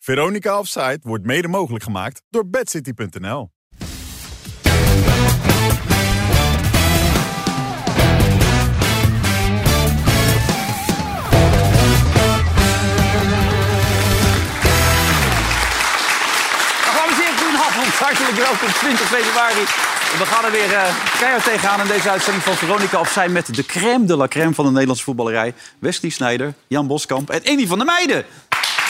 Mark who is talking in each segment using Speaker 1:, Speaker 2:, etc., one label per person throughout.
Speaker 1: Veronica Offside wordt mede mogelijk gemaakt door bedcity.nl.
Speaker 2: Dames en heren, goedenavond. Hartelijk welkom, 20 februari. We gaan er weer eh keihard tegenaan in deze uitzending van Veronica Opzij... met de crème de la crème van de Nederlandse voetballerij. Wesley Snijder, Jan Boskamp en Eni van der Meijden.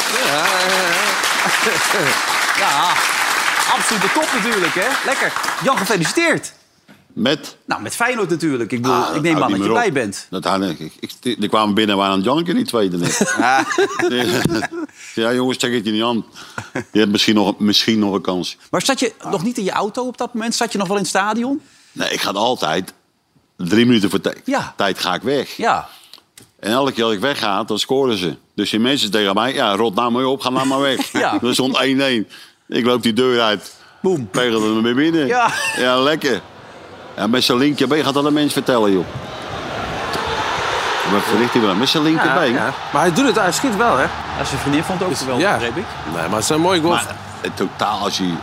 Speaker 2: Ja, absoluut de top natuurlijk, hè? Lekker. Jan, gefeliciteerd.
Speaker 3: Met.
Speaker 2: Nou, met Feyenoord natuurlijk. Ik, bedoel,
Speaker 3: Ah,
Speaker 2: ik neem
Speaker 3: houdt
Speaker 2: aan
Speaker 3: niet
Speaker 2: dat je
Speaker 3: meer
Speaker 2: blij
Speaker 3: op.
Speaker 2: bent.
Speaker 3: Dat had ik. ik, ik- die- die kwamen binnen en waren aan Janneke die tweede net.
Speaker 2: Ah.
Speaker 3: Nee. ja, jongens, check het je niet aan. Je hebt misschien nog, misschien nog een kans.
Speaker 2: Maar zat je nog niet in je auto op dat moment? Zat je nog wel in het stadion?
Speaker 3: Nee, ik ga altijd drie minuten voor tijd.
Speaker 2: Ja.
Speaker 3: tijd ga ik weg.
Speaker 2: Ja.
Speaker 3: En elke keer dat ik wegga, dan scoren ze. Dus die mensen tegen mij, ja, rot nou maar op, ga nou maar weg.
Speaker 2: Ja.
Speaker 3: Er stond 1-1. Ik loop die deur uit.
Speaker 2: Boem.
Speaker 3: Pegelde hem weer binnen.
Speaker 2: Ja.
Speaker 3: ja, lekker. En met zijn linkerbeen gaat dat een mens vertellen, joh. Wat verlicht hij wel? Met zijn linkerbeen.
Speaker 4: Ja. Maar hij doet het, hij schiet wel, hè?
Speaker 2: Als je vriendin vond
Speaker 3: Dus,
Speaker 2: ook wel,
Speaker 4: ja.
Speaker 2: Oh, begreep ik.
Speaker 4: Nee, maar het zijn mooie goals.
Speaker 3: Maar het totaal, als je...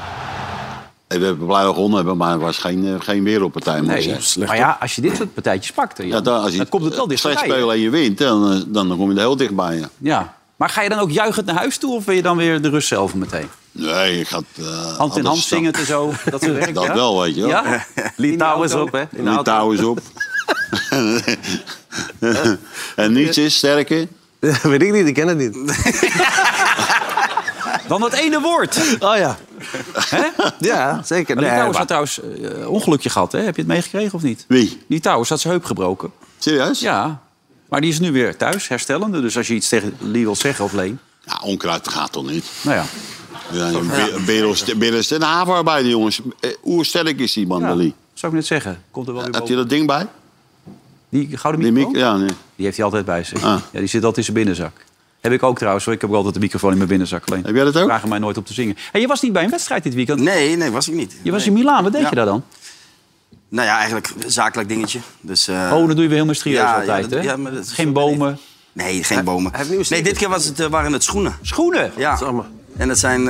Speaker 3: We hebben blij gewonnen, hebben, maar het was geen, eh, geen wereldpartij. moet ik
Speaker 2: Nee,
Speaker 3: zeggen.
Speaker 4: slecht,
Speaker 2: maar ja, als je dit soort partijtjes pakt, dan,
Speaker 3: Ja, dan, als je
Speaker 2: komt het wel
Speaker 3: slecht
Speaker 2: dichterbij.
Speaker 3: spelen
Speaker 2: hè?
Speaker 3: en je wint, dan, eh, dan kom je er heel dichtbij. ja.
Speaker 2: Ja. Maar ga je dan ook juichend naar huis toe of wil je dan weer de rust zelf meteen?
Speaker 3: Nee, je gaat... eh,
Speaker 2: Hand in
Speaker 3: anders
Speaker 2: hand
Speaker 3: staan.
Speaker 2: zingend en zo, dat soort werk,
Speaker 3: Dat
Speaker 2: ja?
Speaker 3: wel, weet je wel.
Speaker 2: Ja?
Speaker 4: Litouw
Speaker 2: In
Speaker 4: is
Speaker 2: de auto.
Speaker 4: op, hè? In de
Speaker 3: Die
Speaker 4: auto.
Speaker 3: touw is op. en niets is sterker.
Speaker 4: eh, Weet ik niet, ik ken het niet.
Speaker 2: Dan dat ene woord.
Speaker 4: Oh ja. Ja, zeker.
Speaker 2: Maar Litouwers
Speaker 4: maar-
Speaker 2: had trouwens eh, ongelukje gehad, hè? Heb je het meegekregen of niet?
Speaker 3: Wie?
Speaker 2: Litouwers had zijn heup gebroken.
Speaker 3: Serieus?
Speaker 2: Ja. Maar die is nu weer thuis, herstellende. Dus als je iets tegen Lee wilt zeggen of Leen.
Speaker 3: Ja, onkruid gaat toch niet?
Speaker 2: Nou ja.
Speaker 3: Ja, Berels en havenarbeider, jongens. Eh, Hoe sterk is die man,
Speaker 2: ja.
Speaker 3: Ali?
Speaker 2: Nou, Zou ik net zeggen. Komt er wel weer
Speaker 3: Heb je
Speaker 2: boven.
Speaker 3: dat ding bij?
Speaker 2: Die gouden
Speaker 3: Die
Speaker 2: microfoon?
Speaker 3: mic- ja, nee.
Speaker 2: Die heeft hij altijd bij zich.
Speaker 3: Ah.
Speaker 2: Ja, die zit altijd in zijn binnenzak. Heb ik ook trouwens. hoor. Ik heb ook altijd de microfoon in mijn binnenzak. Alleen
Speaker 3: Heb jij dat ook?
Speaker 2: vragen mij nooit op te zingen. Hey, je was niet bij een wedstrijd dit weekend.
Speaker 5: Nee, nee, was ik niet.
Speaker 2: Je was in
Speaker 5: Nee.
Speaker 2: Milaan. Wat deed
Speaker 5: Ja.
Speaker 2: je daar dan?
Speaker 5: Nou ja, eigenlijk een zakelijk dingetje. Dus, eh,
Speaker 2: Oh, dan doe je weer heel mysterieus
Speaker 5: ja,
Speaker 2: altijd,
Speaker 5: ja, dat-
Speaker 2: hè?
Speaker 5: ja, maar dat is
Speaker 2: Geen
Speaker 5: ook
Speaker 2: bomen.
Speaker 5: Nee, geen bomen.
Speaker 4: hij heeft nieuwe
Speaker 5: nee, dit
Speaker 4: sneakers.
Speaker 5: keer was het, eh, waren het schoenen.
Speaker 2: Schoenen?
Speaker 5: Ja.
Speaker 4: is allemaal-
Speaker 5: En dat zijn eh,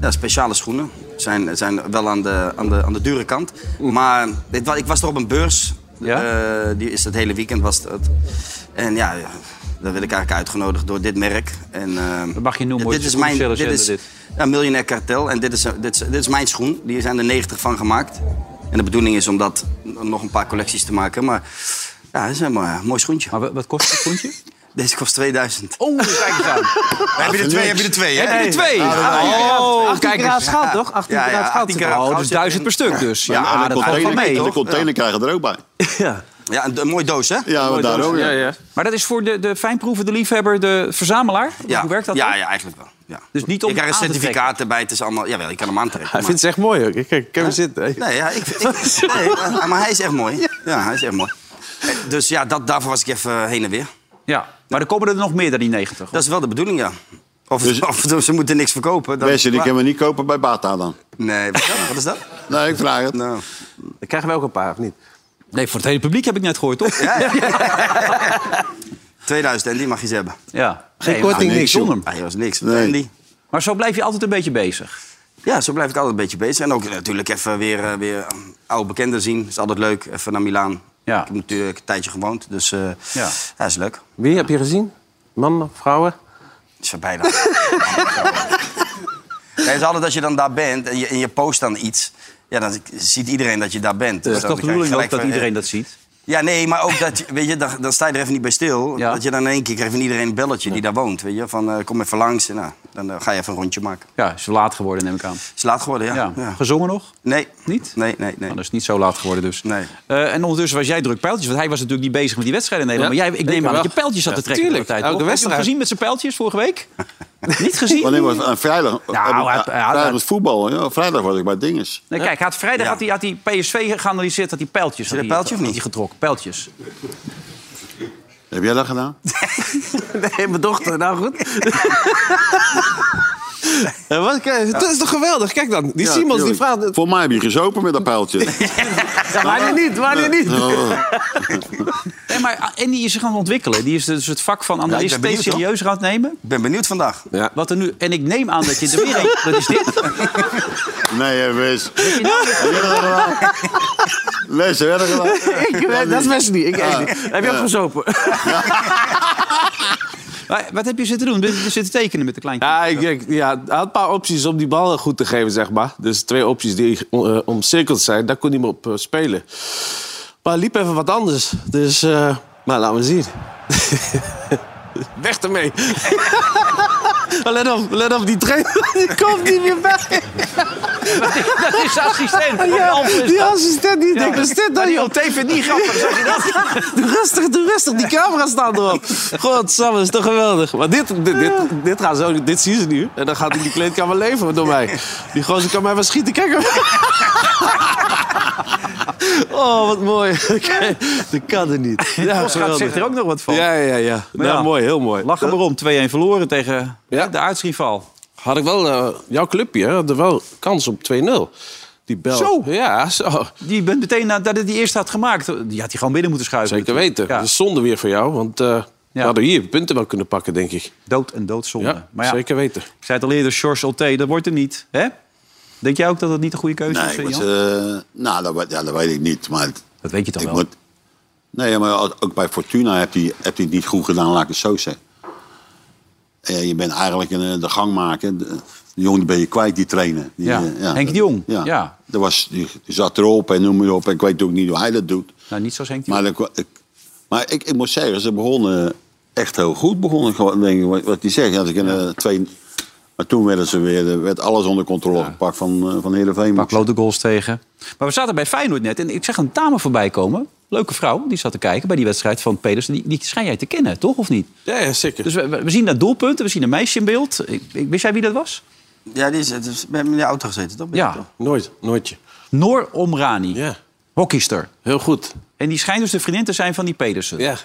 Speaker 5: ja, speciale schoenen. Zijn, zijn wel aan de, aan de, aan de dure kant. Maar dit, wa- ik was er op een beurs.
Speaker 2: Ja?
Speaker 5: Eh, die is dat hele weekend was dat. En ja, ja, daar werd ik eigenlijk uitgenodigd door dit merk. En, eh,
Speaker 2: Dat mag je noemen, hoor. Het
Speaker 5: Dit
Speaker 2: is
Speaker 5: is
Speaker 2: een
Speaker 5: mijn
Speaker 2: commerciële
Speaker 5: dit is,
Speaker 2: zender,
Speaker 5: Ja, Miljonair Kartel. En dit is, eh, dit, is, dit is mijn schoen. Die zijn er 90 van gemaakt. En de bedoeling is om dat nog een paar collecties te maken. Maar ja, dat is een mooi, mooi schoentje.
Speaker 2: Maar wa- wat kost het schoentje?
Speaker 5: Deze kost 2000.
Speaker 2: Ah. Oh, kijk eens aan.
Speaker 6: Heb je er twee? Heb je er twee? Hè?
Speaker 2: Heb je er twee?
Speaker 4: Oh,
Speaker 5: 18
Speaker 4: kijk eens.
Speaker 5: karaat goud,
Speaker 4: toch? 18
Speaker 5: Ja, ja,
Speaker 4: karaat goud.
Speaker 5: 18 karaat
Speaker 2: Oh,
Speaker 5: goud
Speaker 2: dus
Speaker 5: zit
Speaker 2: duizend
Speaker 5: in.
Speaker 2: per stuk dus. Ja,
Speaker 3: En de
Speaker 2: dat valt wel
Speaker 3: container,
Speaker 2: mee.
Speaker 3: De
Speaker 5: toch?
Speaker 3: container krijgen er ook bij.
Speaker 4: Ja.
Speaker 5: Ja, een, een mooie doos, hè?
Speaker 3: Ja, maar daar ook.
Speaker 4: Ja,
Speaker 3: ja.
Speaker 4: ja.
Speaker 2: Maar dat is voor de, de fijnproever, de liefhebber, de verzamelaar?
Speaker 5: Ja.
Speaker 2: Hoe werkt dat
Speaker 5: Ja,
Speaker 2: dan?
Speaker 5: ja eigenlijk wel. Ja.
Speaker 2: Dus niet om
Speaker 5: je krijgt
Speaker 2: aan
Speaker 5: een
Speaker 2: te
Speaker 5: certificaat erbij. Het is allemaal... Jawel, je kan hem aantrekken.
Speaker 4: Hij
Speaker 5: maar-
Speaker 4: vindt het echt mooi, hoor. Kijk, ik heb hem zitten.
Speaker 5: Nee, ja, ik, ik- nee, ja, maar hij is echt mooi. Ja, hij is echt mooi. Eh, Dus ja, dat, daarvoor was ik even eh, heen en weer.
Speaker 2: Ja. Maar er komen er nog meer dan die 90.
Speaker 5: Dat is wel de bedoeling, ja. Of,
Speaker 3: Dus-
Speaker 5: of ze moeten niks verkopen. Dan,
Speaker 3: Wessen, die kunnen we niet kopen bij Bata dan.
Speaker 5: Nee, wat is dat? Wat is dat?
Speaker 3: Nee, ik vraag het.
Speaker 5: Nou.
Speaker 4: Dan krijgen we ook een paar, of niet?
Speaker 2: Nee, voor het hele publiek heb ik net gehoord, toch?
Speaker 5: Ja, ja. 2000, en die mag je ze hebben.
Speaker 2: Ja.
Speaker 4: Geen
Speaker 2: Nee,
Speaker 4: korting,
Speaker 2: maar-
Speaker 4: niks,
Speaker 2: zonder hem.
Speaker 5: Ah, dat was niks.
Speaker 3: Nee.
Speaker 5: En die?
Speaker 2: Maar zo blijf je altijd een beetje bezig.
Speaker 5: Ja, zo blijf ik altijd een beetje bezig. En ook eh, natuurlijk even weer, eh, weer eh, oude bekenden zien. is altijd leuk. Even naar Milaan.
Speaker 2: Ja.
Speaker 5: Ik heb natuurlijk een tijdje gewoond. Dus eh
Speaker 2: Ja.
Speaker 5: ja. is leuk.
Speaker 4: Wie heb je gezien? Mannen, vrouwen?
Speaker 5: is voorbij dan. Ja, Het is altijd als je dan daar bent en je, en je post dan iets... Ja, dan ziet iedereen dat je daar bent.
Speaker 2: Dat
Speaker 5: Dus
Speaker 2: is toch
Speaker 5: dan
Speaker 2: de
Speaker 5: krijg je
Speaker 2: bedoeling ook
Speaker 5: gelijk
Speaker 2: dat
Speaker 5: van, eh,
Speaker 2: iedereen dat ziet?
Speaker 5: Ja, nee, maar ook dat, je- weet je, dan, dan sta je er even niet bij stil.
Speaker 2: Ja.
Speaker 5: Dat je dan in één keer krijgt van iedereen een belletje die daar woont. Weet je, van eh, kom even langs en nou, dan eh, ga je even een rondje maken.
Speaker 2: Ja, is laat geworden, neem ik aan.
Speaker 5: Is laat geworden, ja.
Speaker 2: Ja.
Speaker 5: Ja.
Speaker 2: Gezongen nog?
Speaker 5: Nee.
Speaker 2: Niet?
Speaker 5: Nee, nee, nee.
Speaker 2: Nou, dat is niet zo laat geworden dus.
Speaker 5: Nee.
Speaker 2: Eh, en ondertussen was jij druk pijltjes. Want hij was natuurlijk niet bezig met die wedstrijden in Nederland.
Speaker 4: Ja,
Speaker 2: maar jij, ik
Speaker 4: ik
Speaker 2: neem aan
Speaker 4: wel.
Speaker 2: dat je pijltjes had
Speaker 4: Ja,
Speaker 2: te trekken
Speaker 4: tuurlijk.
Speaker 2: de hele tijd.
Speaker 4: Elke
Speaker 2: toch? Heb je hem
Speaker 4: wedstrijd.
Speaker 2: gezien met zijn pijltjes vorige week? niet gezien?
Speaker 3: Wanneer was het? Vrijdag. eh,
Speaker 2: hij- hij-
Speaker 3: Vrijdag is voetbal. Ja, vrijdag was ik bij Dinges.
Speaker 2: Nee, kijk, hij had vrijdag had hij, had hij PSV geanalyseerd dat hij pijltjes had.
Speaker 5: er
Speaker 2: hij-
Speaker 5: pijltje of
Speaker 2: had
Speaker 5: niet?
Speaker 2: hij getrokken, pijltjes.
Speaker 3: Heb jij dat gedaan?
Speaker 4: Nee, mijn dochter. Nou goed. Eh, wat, kijk, Dat is toch geweldig? Kijk dan, die
Speaker 3: Ja,
Speaker 4: Simons die
Speaker 3: tuurlijk.
Speaker 4: vraagt... het.
Speaker 3: Voor mij heb je gezopen met dat pijltje.
Speaker 4: Ja, Oh. wanneer niet, wanneer niet?
Speaker 2: Nee, maar Andy is zich aan het ontwikkelen. Die is dus het vak van analist
Speaker 6: ben benieuwd,
Speaker 2: steeds serieuzer aan het nemen.
Speaker 5: Ik ben benieuwd vandaag.
Speaker 4: Ja.
Speaker 2: Wat er nu, en ik neem aan dat je er weer een... Wat is dit?
Speaker 3: Nee, hè, Wes.
Speaker 2: nou
Speaker 3: Heb je dat gedaan? Wes, heb je dat gedaan?
Speaker 4: Ik, weet- dat is best niet. Ik, weet niet. Heb je opgezopen?
Speaker 2: Maar Wat heb je zitten doen? Ben je Zitten tekenen met de kleintjes?
Speaker 4: Ja, ik, ik- ja, hij had een paar opties om die bal goed te geven, zeg maar. Dus twee opties die eh, omcirkeld zijn, daar kon hij me op eh, spelen. Maar hij liep even wat anders. Dus, eh maar laten we zien. weg ermee. Maar let op, let op, die trainer die komt niet meer bij.
Speaker 2: Dat is de assistent. van
Speaker 4: Ja,
Speaker 2: Alphen.
Speaker 4: die assistent die denkt, wat is dit
Speaker 2: Maar
Speaker 4: dan,
Speaker 2: die
Speaker 4: joh?
Speaker 2: OT Oh, vindt het niet grappig. zeg je dat?
Speaker 4: Doe rustig, doe rustig. Die camera staat erop. Godsamme, is toch geweldig. Maar dit, dit, dit, dit, gaan zo, dit zien ze nu. En dan gaat hij die kleedkamer leven door mij. Die gozer kan mij wel schieten. Kijk hem. Oh, wat mooi. Oké, Dat kan er niet. Ja,
Speaker 2: Postgaat
Speaker 4: geweldig.
Speaker 2: zegt er ook nog wat van.
Speaker 4: Ja, ja, ja. Nou,
Speaker 2: ja.
Speaker 4: mooi. Heel mooi.
Speaker 2: Lachen maar om. 2-1 verloren tegen
Speaker 4: Ja.
Speaker 2: de aardsrival.
Speaker 4: Had ik wel... eh, jouw clubje hè, had er wel kans op 2-0. Die bel.
Speaker 2: Zo.
Speaker 4: Ja, zo.
Speaker 2: Die bent meteen nadat hij die eerste had gemaakt. Die had hij gewoon binnen moeten schuiven.
Speaker 4: Zeker weten.
Speaker 2: Ja.
Speaker 4: Dat
Speaker 7: Dus-
Speaker 4: is zonde weer voor jou. Want eh we hadden hier punten wel kunnen pakken, denk ik.
Speaker 2: Dood en doodzonde.
Speaker 4: Ja,
Speaker 2: maar ja,
Speaker 4: zeker weten.
Speaker 2: ik zei het al eerder, George Olté, dat wordt er niet. Hè? Denk jij ook dat het niet de goede keuze is,
Speaker 3: Nee,
Speaker 2: eh,
Speaker 3: want,
Speaker 2: Jan?
Speaker 3: eh, nou, dat, weet- ja, dat weet ik niet. Maar het-
Speaker 2: dat weet je toch
Speaker 3: ik
Speaker 2: wel?
Speaker 3: moet, nee, maar als- ook bij Fortuna heb hij heb hij het niet goed gedaan, laat ik het zo zeggen. Eh, je bent eigenlijk een, eh, de gang maken. De, die jongen ben je kwijt, die trainer. Die,
Speaker 2: Ja,
Speaker 3: eh,
Speaker 2: Henk
Speaker 3: dat-
Speaker 2: de Jong. Ja.
Speaker 3: Ja. Dat was, die, die zat erop en noem maar op. Ik weet ook niet hoe hij dat doet.
Speaker 2: Nou, niet zoals Henk de
Speaker 3: Maar, dat kwa- ik, maar ik, ik moet zeggen, ze begonnen echt heel goed. Begonnen, gewoon, denk ik, wat, wat die zegt. Ja, ze kunnen, eh, twee, maar toen werden ze weer, eh, werd alles onder controle gepakt van, eh, van Heerenveen.
Speaker 2: Pak klote goals tegen. Maar we zaten bij Feyenoord net en ik zag een dame voorbij komen. Leuke vrouw, die zat te kijken bij die wedstrijd van Pedersen. Die, die schijn jij te kennen, toch? Of niet?
Speaker 4: Ja, ja zeker.
Speaker 2: Dus we, we- we zien dat doelpunt, we zien een meisje in beeld. Ik, ik, wist jij wie dat was?
Speaker 5: Ja, die is, het is, ben je in de auto gezeten, toch? Ben je toch?
Speaker 2: Ja,
Speaker 4: Nooit, nooitje.
Speaker 2: Noor Omrani,
Speaker 4: Ja,
Speaker 2: hockeyster.
Speaker 4: heel goed.
Speaker 2: En die schijnt dus de vriendin te zijn van die Pedersen.
Speaker 4: Ja.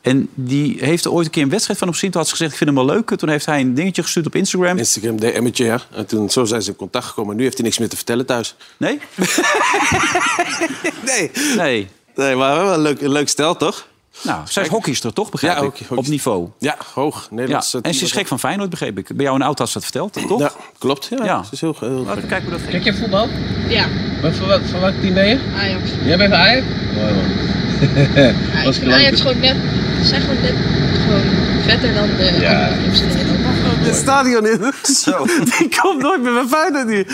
Speaker 2: En die heeft er ooit een keer een wedstrijd van op gezien. Toen had ze gezegd, ik vind hem wel leuk. Toen heeft hij een dingetje gestuurd op Instagram.
Speaker 4: Instagram DM'tje, ja. En toen, zo zijn ze in contact gekomen. Nu heeft hij niks meer te vertellen thuis.
Speaker 2: Nee?
Speaker 4: Nee.
Speaker 2: Nee.
Speaker 4: Nee, maar wel een leuk, een leuk stel, toch?
Speaker 2: Nou, zij is hockeyster, toch? Begrijp
Speaker 4: Ja,
Speaker 2: ik.
Speaker 4: hockey-
Speaker 2: Op
Speaker 4: hockeyster.
Speaker 2: niveau.
Speaker 4: Ja, hoog.
Speaker 2: Ja.
Speaker 4: Nederlands. eh,
Speaker 2: En ze is
Speaker 4: team.
Speaker 2: gek van Feyenoord, begreep ik. Bij jou in de auto had ze dat verteld, toch?
Speaker 4: Ja, klopt. Ja,
Speaker 2: Ja.
Speaker 4: Ze is heel, heel
Speaker 2: Laten we kijken hoe dat ging.
Speaker 8: Kijk je voetbal?
Speaker 9: Ja,
Speaker 8: Wat voor, wat, voor welk team ben je?
Speaker 9: Ajax.
Speaker 8: Jij bent van Ajax? Mooi man.
Speaker 9: Ajax,
Speaker 8: Was
Speaker 9: ik vind
Speaker 8: gelanceerd.
Speaker 9: Ajax gewoon net, ze zijn gewoon net gewoon vetter dan de
Speaker 8: Ja.
Speaker 9: andere clubs in Nederland.
Speaker 4: Het stadion in. Zo. Die komt nooit meer bij Feyenoord nu.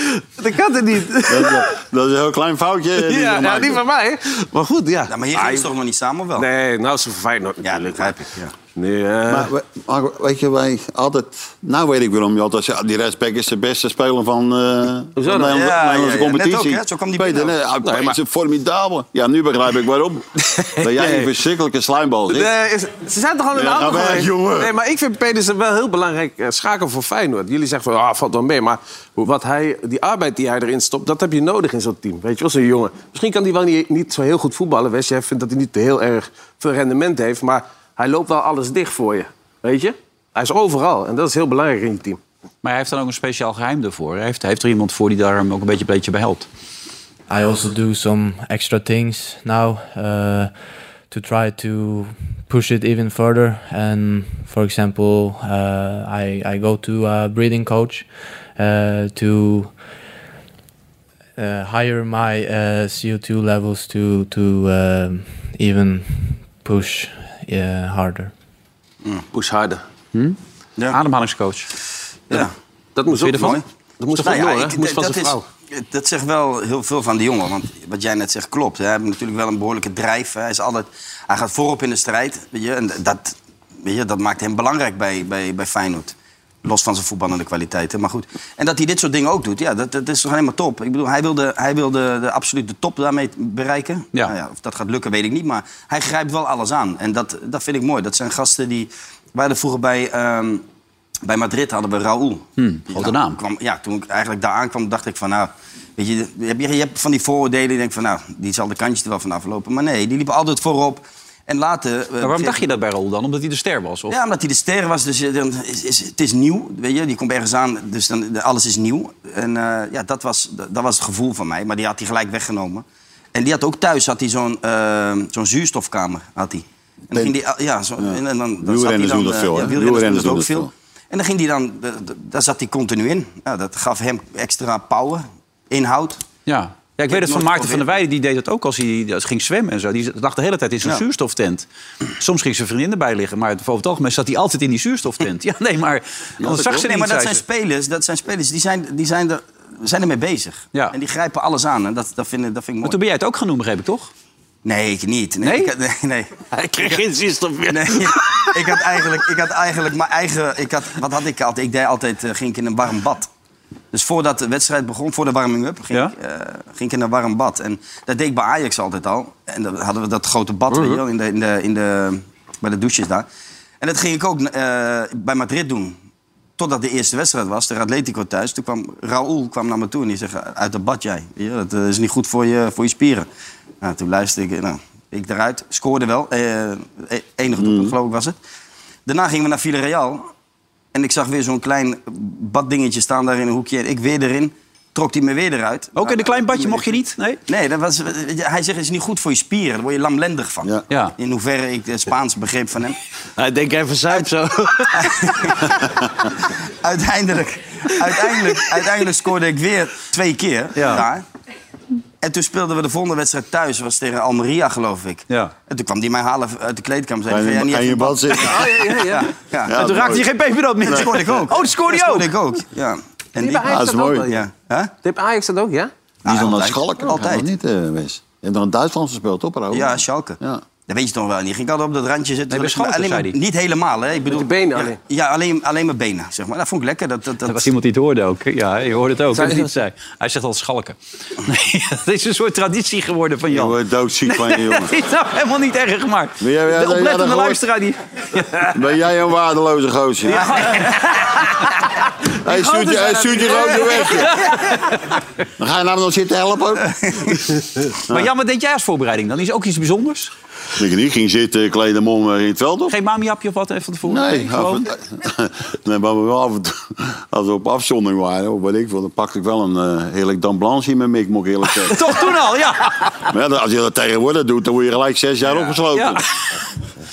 Speaker 4: Dat kan er niet.
Speaker 3: Dat, dat- dat is een heel klein foutje. eh, die ze
Speaker 4: Ja, ja,
Speaker 3: maken.
Speaker 4: niet van mij. Maar goed, ja.
Speaker 5: Ja, maar hier ging ze toch nog niet samen, of wel?
Speaker 4: Ah, Nee, nou is het Feyenoord
Speaker 5: Ja, dat
Speaker 4: natuurlijk.
Speaker 5: begrijp ik. Ja.
Speaker 4: Nee, eh,
Speaker 3: Maar we- maar weet je, wij altijd... Nou weet ik waarom je altijd zegt... Die rechtsback is de beste speler van, eh van
Speaker 4: dan?
Speaker 3: Nederland-
Speaker 5: Ja,
Speaker 3: Nederlandse
Speaker 5: ja, ja. Net
Speaker 3: competitie.
Speaker 5: ook, hè? Zo kwam die
Speaker 3: Weet je,
Speaker 5: binnen
Speaker 3: nee, Hij
Speaker 4: Nee, maar-
Speaker 3: is een formidabel. Ja, nu begrijp ik waarom. Dat jij een verschrikkelijke slijmbal zit.
Speaker 4: Nee, is- ze zijn toch al in de
Speaker 3: Ja,
Speaker 4: auto
Speaker 3: ga weg,
Speaker 4: geweest?
Speaker 3: jongen.
Speaker 4: Nee, maar ik vind Pedersen wel heel belangrijk eh, schakel voor Feyenoord. Jullie zeggen van, ah, valt wel mee. Maar hoe- wat hij, die arbeid die hij erin stopt, dat heb je nodig in zo'n team. Weet je wel, zo'n jongen. Misschien kan hij wel niet, niet zo heel goed voetballen. Wes, jij vindt dat hij niet heel erg veel rendement heeft. Maar hij loopt wel alles dicht voor je. Weet je? Hij is overal. En dat is heel belangrijk in je team.
Speaker 2: Maar hij heeft dan ook een speciaal geheim ervoor. Hij heeft, hij heeft er iemand voor die daar hem ook een beetje, beetje bij helpt.
Speaker 10: I also do some extra things now uh, to try to push it even further. And for example, uh, I I go to a breathing coach uh, to uh, higher my uh, CO2 levels to to um even push uh, harder.
Speaker 4: Push harder.
Speaker 5: Ja.
Speaker 2: Ademhalingscoach.
Speaker 5: Ja.
Speaker 4: Dat moest
Speaker 2: Vind
Speaker 4: ook
Speaker 2: je ervan?
Speaker 4: mooi. Dat moest
Speaker 5: Nou
Speaker 4: gewoon
Speaker 5: ja,
Speaker 4: door, hè?
Speaker 5: ik-
Speaker 4: Dat moest van
Speaker 5: dat
Speaker 4: zijn
Speaker 5: is-
Speaker 4: vrouw.
Speaker 5: Dat zegt wel heel veel van de jongen. Want wat jij net zegt klopt. Hij heeft natuurlijk wel een behoorlijke drijf. Hij, is altijd, hij gaat voorop in de strijd. Weet je, en dat, weet je, dat maakt hem belangrijk bij, bij, bij Feyenoord. Los van zijn voetballende kwaliteiten. Maar goed. En dat hij dit soort dingen ook doet, ja, dat, dat is toch helemaal top. Ik bedoel, hij wilde, hij wilde de absolute top daarmee bereiken.
Speaker 2: Ja.
Speaker 5: Nou ja, of dat gaat lukken, weet ik niet. Maar hij grijpt wel alles aan. En dat, dat vind ik mooi. Dat zijn gasten die. Wij hadden vroeger bij, ehm, bij Madrid hadden we Raúl.
Speaker 2: Hmm, grote naam.
Speaker 5: kwam- ja, toen ik eigenlijk daar aankwam, dacht ik van nou. Weet je, je hebt, je hebt van die vooroordelen, je denkt van nou, die zal de kantjes er wel vanaf lopen. Maar nee, die liepen altijd voorop. En later... eh,
Speaker 2: Maar waarom
Speaker 5: geeft-
Speaker 2: dacht je dat bij Raoul dan? Omdat hij de ster was? Of?
Speaker 5: Ja, omdat hij de ster was. Dus je- dan is, is, het is nieuw, weet je. Die komt ergens aan, dus dan, de- alles is nieuw. En eh, ja, dat was, dat, dat was het gevoel van mij. Maar die had hij gelijk weggenomen. En die had ook thuis had hij zo'n eh, zo'n zuurstofkamer. Had hij. En dan
Speaker 3: Tent.
Speaker 5: ging die, al- ja, zo, En, en dan, dan
Speaker 3: Wielrenners
Speaker 5: zat hij dan,
Speaker 3: doen dat
Speaker 5: eh,
Speaker 3: veel, hè?
Speaker 5: ja,
Speaker 3: Wielrenners
Speaker 5: wielrenners doen
Speaker 3: doen
Speaker 5: dat
Speaker 3: dat
Speaker 5: ook veel. En dan ging die dan, d- d- daar zat hij continu in. Ja, dat gaf hem extra power, inhoud.
Speaker 2: Ja. Ja, ik
Speaker 5: heb
Speaker 2: weet het van
Speaker 5: nooit
Speaker 2: Maarten van der
Speaker 5: geprobeerd.
Speaker 2: Weijden, die deed dat ook als hij als hij ging zwemmen en zo. Die lag de hele tijd in zo'n
Speaker 5: Ja.
Speaker 2: zuurstoftent. Soms ging zijn vriendin erbij liggen, maar over het algemeen zat hij altijd in die zuurstoftent. Ja, nee, maar dan zag ze
Speaker 5: nee,
Speaker 2: niet,
Speaker 5: maar dat
Speaker 2: zei
Speaker 5: zijn
Speaker 2: ze.
Speaker 5: spelers, dat zijn spelers die zijn, die zijn, er, zijn ermee bezig.
Speaker 2: Ja.
Speaker 5: En die grijpen alles aan. En dat, dat, vind, ik- dat vind ik
Speaker 2: Maar
Speaker 5: mooi.
Speaker 2: toen ben jij het ook gaan doen, begreep ik, toch?
Speaker 5: Nee, ik niet. Nee?
Speaker 2: Nee?
Speaker 5: Ik had, nee, nee.
Speaker 4: Hij kreeg geen zuurstof meer.
Speaker 5: Nee, ik had eigenlijk, ik had eigenlijk mijn eigen... Ik had, wat had ik altijd? Ik deed altijd, eh, ging ik in een warm bad. Dus voordat de wedstrijd begon, voor de warming-up, ging,
Speaker 2: Ja?
Speaker 5: ik, eh, ging ik in een warm bad. En dat deed ik bij Ajax altijd al. En dan hadden we dat grote bad weet je wel, in de, in de, in de, bij de douches daar. En dat ging ik ook eh, bij Madrid doen. Totdat de eerste wedstrijd was, de Atletico thuis. Toen kwam Raúl kwam naar me toe en die zegt... uit dat bad jij, Weet je, dat eh, is niet goed voor je, voor je spieren. Nou, toen luisterde ik, nou, ik eruit, scoorde wel. Eh, eh, enige doelpunt, geloof ik, was het. Daarna gingen we naar Villarreal. En ik zag weer zo'n klein baddingetje staan daar in een hoekje. Ik weer erin, trok hij me weer eruit.
Speaker 2: Ook in een klein badje mocht je niet? Nee?
Speaker 5: Nee, dat was, eh, hij zegt, het is niet goed voor je spieren. Daar word je lamlendig van.
Speaker 3: Ja.
Speaker 2: Ja.
Speaker 5: In hoeverre ik het Spaans begreep van hem.
Speaker 4: Hij denkt even zuip zo.
Speaker 5: uiteindelijk, uiteindelijk, uiteindelijk scoorde ik weer twee keer
Speaker 2: Ja.
Speaker 5: daar. En toen speelden we de volgende wedstrijd thuis. was tegen Almeria, geloof ik.
Speaker 2: Ja.
Speaker 5: En toen kwam die mij halen uit de kleedkamer. en
Speaker 3: Ga
Speaker 5: Zei,
Speaker 3: je,
Speaker 5: "Ga jij
Speaker 3: Ah,
Speaker 5: niet
Speaker 3: ga je
Speaker 5: even
Speaker 3: in je bad zitten?
Speaker 2: Oh, ja, ja, ja.
Speaker 5: Ja.
Speaker 3: Ja,
Speaker 2: en toen
Speaker 3: mooi.
Speaker 2: raakte je geen pepernoot meer.
Speaker 5: Dat scoorde ik ook.
Speaker 2: nou, Oh, dat scoorde je
Speaker 5: Dat
Speaker 2: ook?
Speaker 5: scoorde ik ook, ja. En die,
Speaker 3: Ah, dat is mooi. Die
Speaker 5: ja. Huh?
Speaker 4: Tip Ajax dat ook, ja?
Speaker 3: is dan naar
Speaker 5: altijd.
Speaker 3: Schalke.
Speaker 5: Altijd.
Speaker 3: Altijd. Niet, eh Wes. Je hebt nog in Duitsland gespeeld, toch? Raoul?
Speaker 5: Ja, Schalke.
Speaker 3: Ja.
Speaker 5: Dat weet je toch wel niet. Ging altijd op dat randje zitten.
Speaker 2: Nee, bij Schalke,
Speaker 5: alleen maar,
Speaker 2: zei hij.
Speaker 5: Niet helemaal, hè. Ik bedoel,
Speaker 4: je benen
Speaker 5: ja,
Speaker 4: alleen.
Speaker 5: Ja, alleen, alleen mijn benen, zeg maar. Dat vond ik lekker. Dat, dat, dat,
Speaker 2: Er was iemand die het hoorde ook. Ja, je hoorde het ook. hè, dat hij, het zei. hij zegt al schalken. Nee, het is een soort traditie geworden van
Speaker 3: Je
Speaker 2: Jan.
Speaker 3: wordt doodziek van je, jongen.
Speaker 2: Nee, dat is nou helemaal niet erg, maar
Speaker 3: Wil jij-
Speaker 2: de
Speaker 3: jij- jij- jij dat
Speaker 2: oplettende
Speaker 3: gehoord?
Speaker 2: luisteraar die...
Speaker 3: Ben jij een waardeloze gozer? Hij stuurt je, hij stuurt je rode weg. joh. Dan ga je namelijk nog zitten helpen ook.
Speaker 2: Maar Jan, wat deed jij als voorbereiding dan? Is ook iets bijzonders?
Speaker 3: Ik niet, ging zitten, kleden hem om eh, in het veld op.
Speaker 2: Geen mamiapje of wat even van tevoren?
Speaker 3: Nee, af
Speaker 2: gewoon.
Speaker 3: en, nee, maar wel af en toe, als we op afzondering waren, of wat ik veel, dan pakte ik wel een eh heerlijk Dan Blanche in mijn mik, moet ik eerlijk zeggen.
Speaker 2: Toch toen al, ja.
Speaker 3: maar ja, als je dat tegenwoordig doet, dan word je gelijk zes jaar opgesloten.
Speaker 2: ja.
Speaker 3: Ja,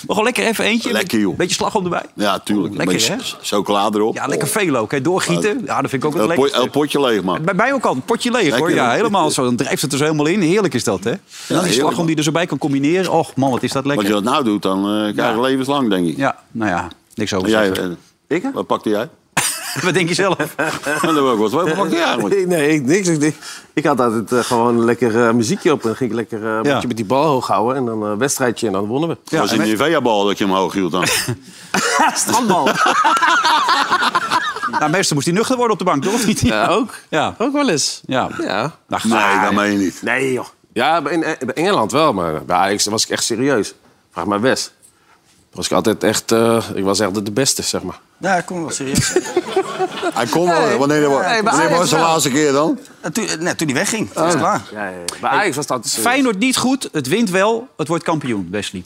Speaker 2: Maar gewoon lekker even eentje.
Speaker 3: Lekker, joh.
Speaker 2: Beetje slagroom erbij.
Speaker 3: tuurlijk.
Speaker 2: Lekker,
Speaker 3: Beetje
Speaker 2: hè?
Speaker 3: s- chocolade erop.
Speaker 2: Ja, lekker veel ook. Hè. Doorgieten. Ja, dat vind ik ook
Speaker 3: Oh. El,
Speaker 2: het
Speaker 3: po- El
Speaker 2: lekkerste.
Speaker 3: potje leeg, man.
Speaker 2: Bij mij ook al. Een potje leeg, hoor.
Speaker 3: Lekker,
Speaker 2: Ja,
Speaker 3: hè?
Speaker 2: helemaal zo. Dan drijft het er zo helemaal in. Heerlijk is dat, hè? En dan die
Speaker 3: heerlijk,
Speaker 2: slagroom die er zo bij kan combineren. Och, man, wat is dat
Speaker 3: Als je
Speaker 2: lekker.
Speaker 3: dat nou doet, dan eh, krijg
Speaker 2: Ja.
Speaker 3: je levenslang, denk ik.
Speaker 2: Ja, nou ja. Niks over
Speaker 3: En jij,
Speaker 2: zeggen.
Speaker 3: eh, wat pakte jij?
Speaker 2: Wat denk je zelf?
Speaker 3: dat wil ik wel. Wat pakte jij eigenlijk?
Speaker 4: Nee, nee, ik niks. Ik, ik, ik had altijd eh, gewoon lekker eh, muziekje op. En dan ging ik lekker eh, een
Speaker 2: Ja.
Speaker 4: beetje met die bal hoog houden. En dan een wedstrijdje en dan wonnen we.
Speaker 3: was in die Nivea-bal dat je hem hoog hield dan.
Speaker 4: Strandbal.
Speaker 2: Nou, meestal moest hij nuchter worden op de bank, toch? Of niet?
Speaker 4: ja, ook.
Speaker 2: Ja.
Speaker 4: Ook wel eens.
Speaker 2: Ja.
Speaker 4: Ja.
Speaker 2: Nou,
Speaker 3: Nee, dat meen je niet.
Speaker 4: Nee, joh. Ja, bij- in, eh, bij Engeland wel, maar bij Ajax was ik echt serieus. Vraag maar Wes. Was ik altijd echt... eh, ik was echt de beste, zeg maar.
Speaker 5: Ja, kom wel serieus.
Speaker 3: Hij kon wel.
Speaker 4: Nee.
Speaker 3: wanneer was-
Speaker 4: Nee, bij
Speaker 3: wanneer
Speaker 4: Ajax
Speaker 3: was de
Speaker 4: wel.
Speaker 3: laatste keer dan?
Speaker 5: Ja, toen, eh, nee, toen die wegging,
Speaker 2: Oh.
Speaker 5: dat is klaar.
Speaker 4: Eh, Bij Ajax was dat...
Speaker 2: Feyenoord niet goed, het wint wel, het wordt kampioen, Wesley.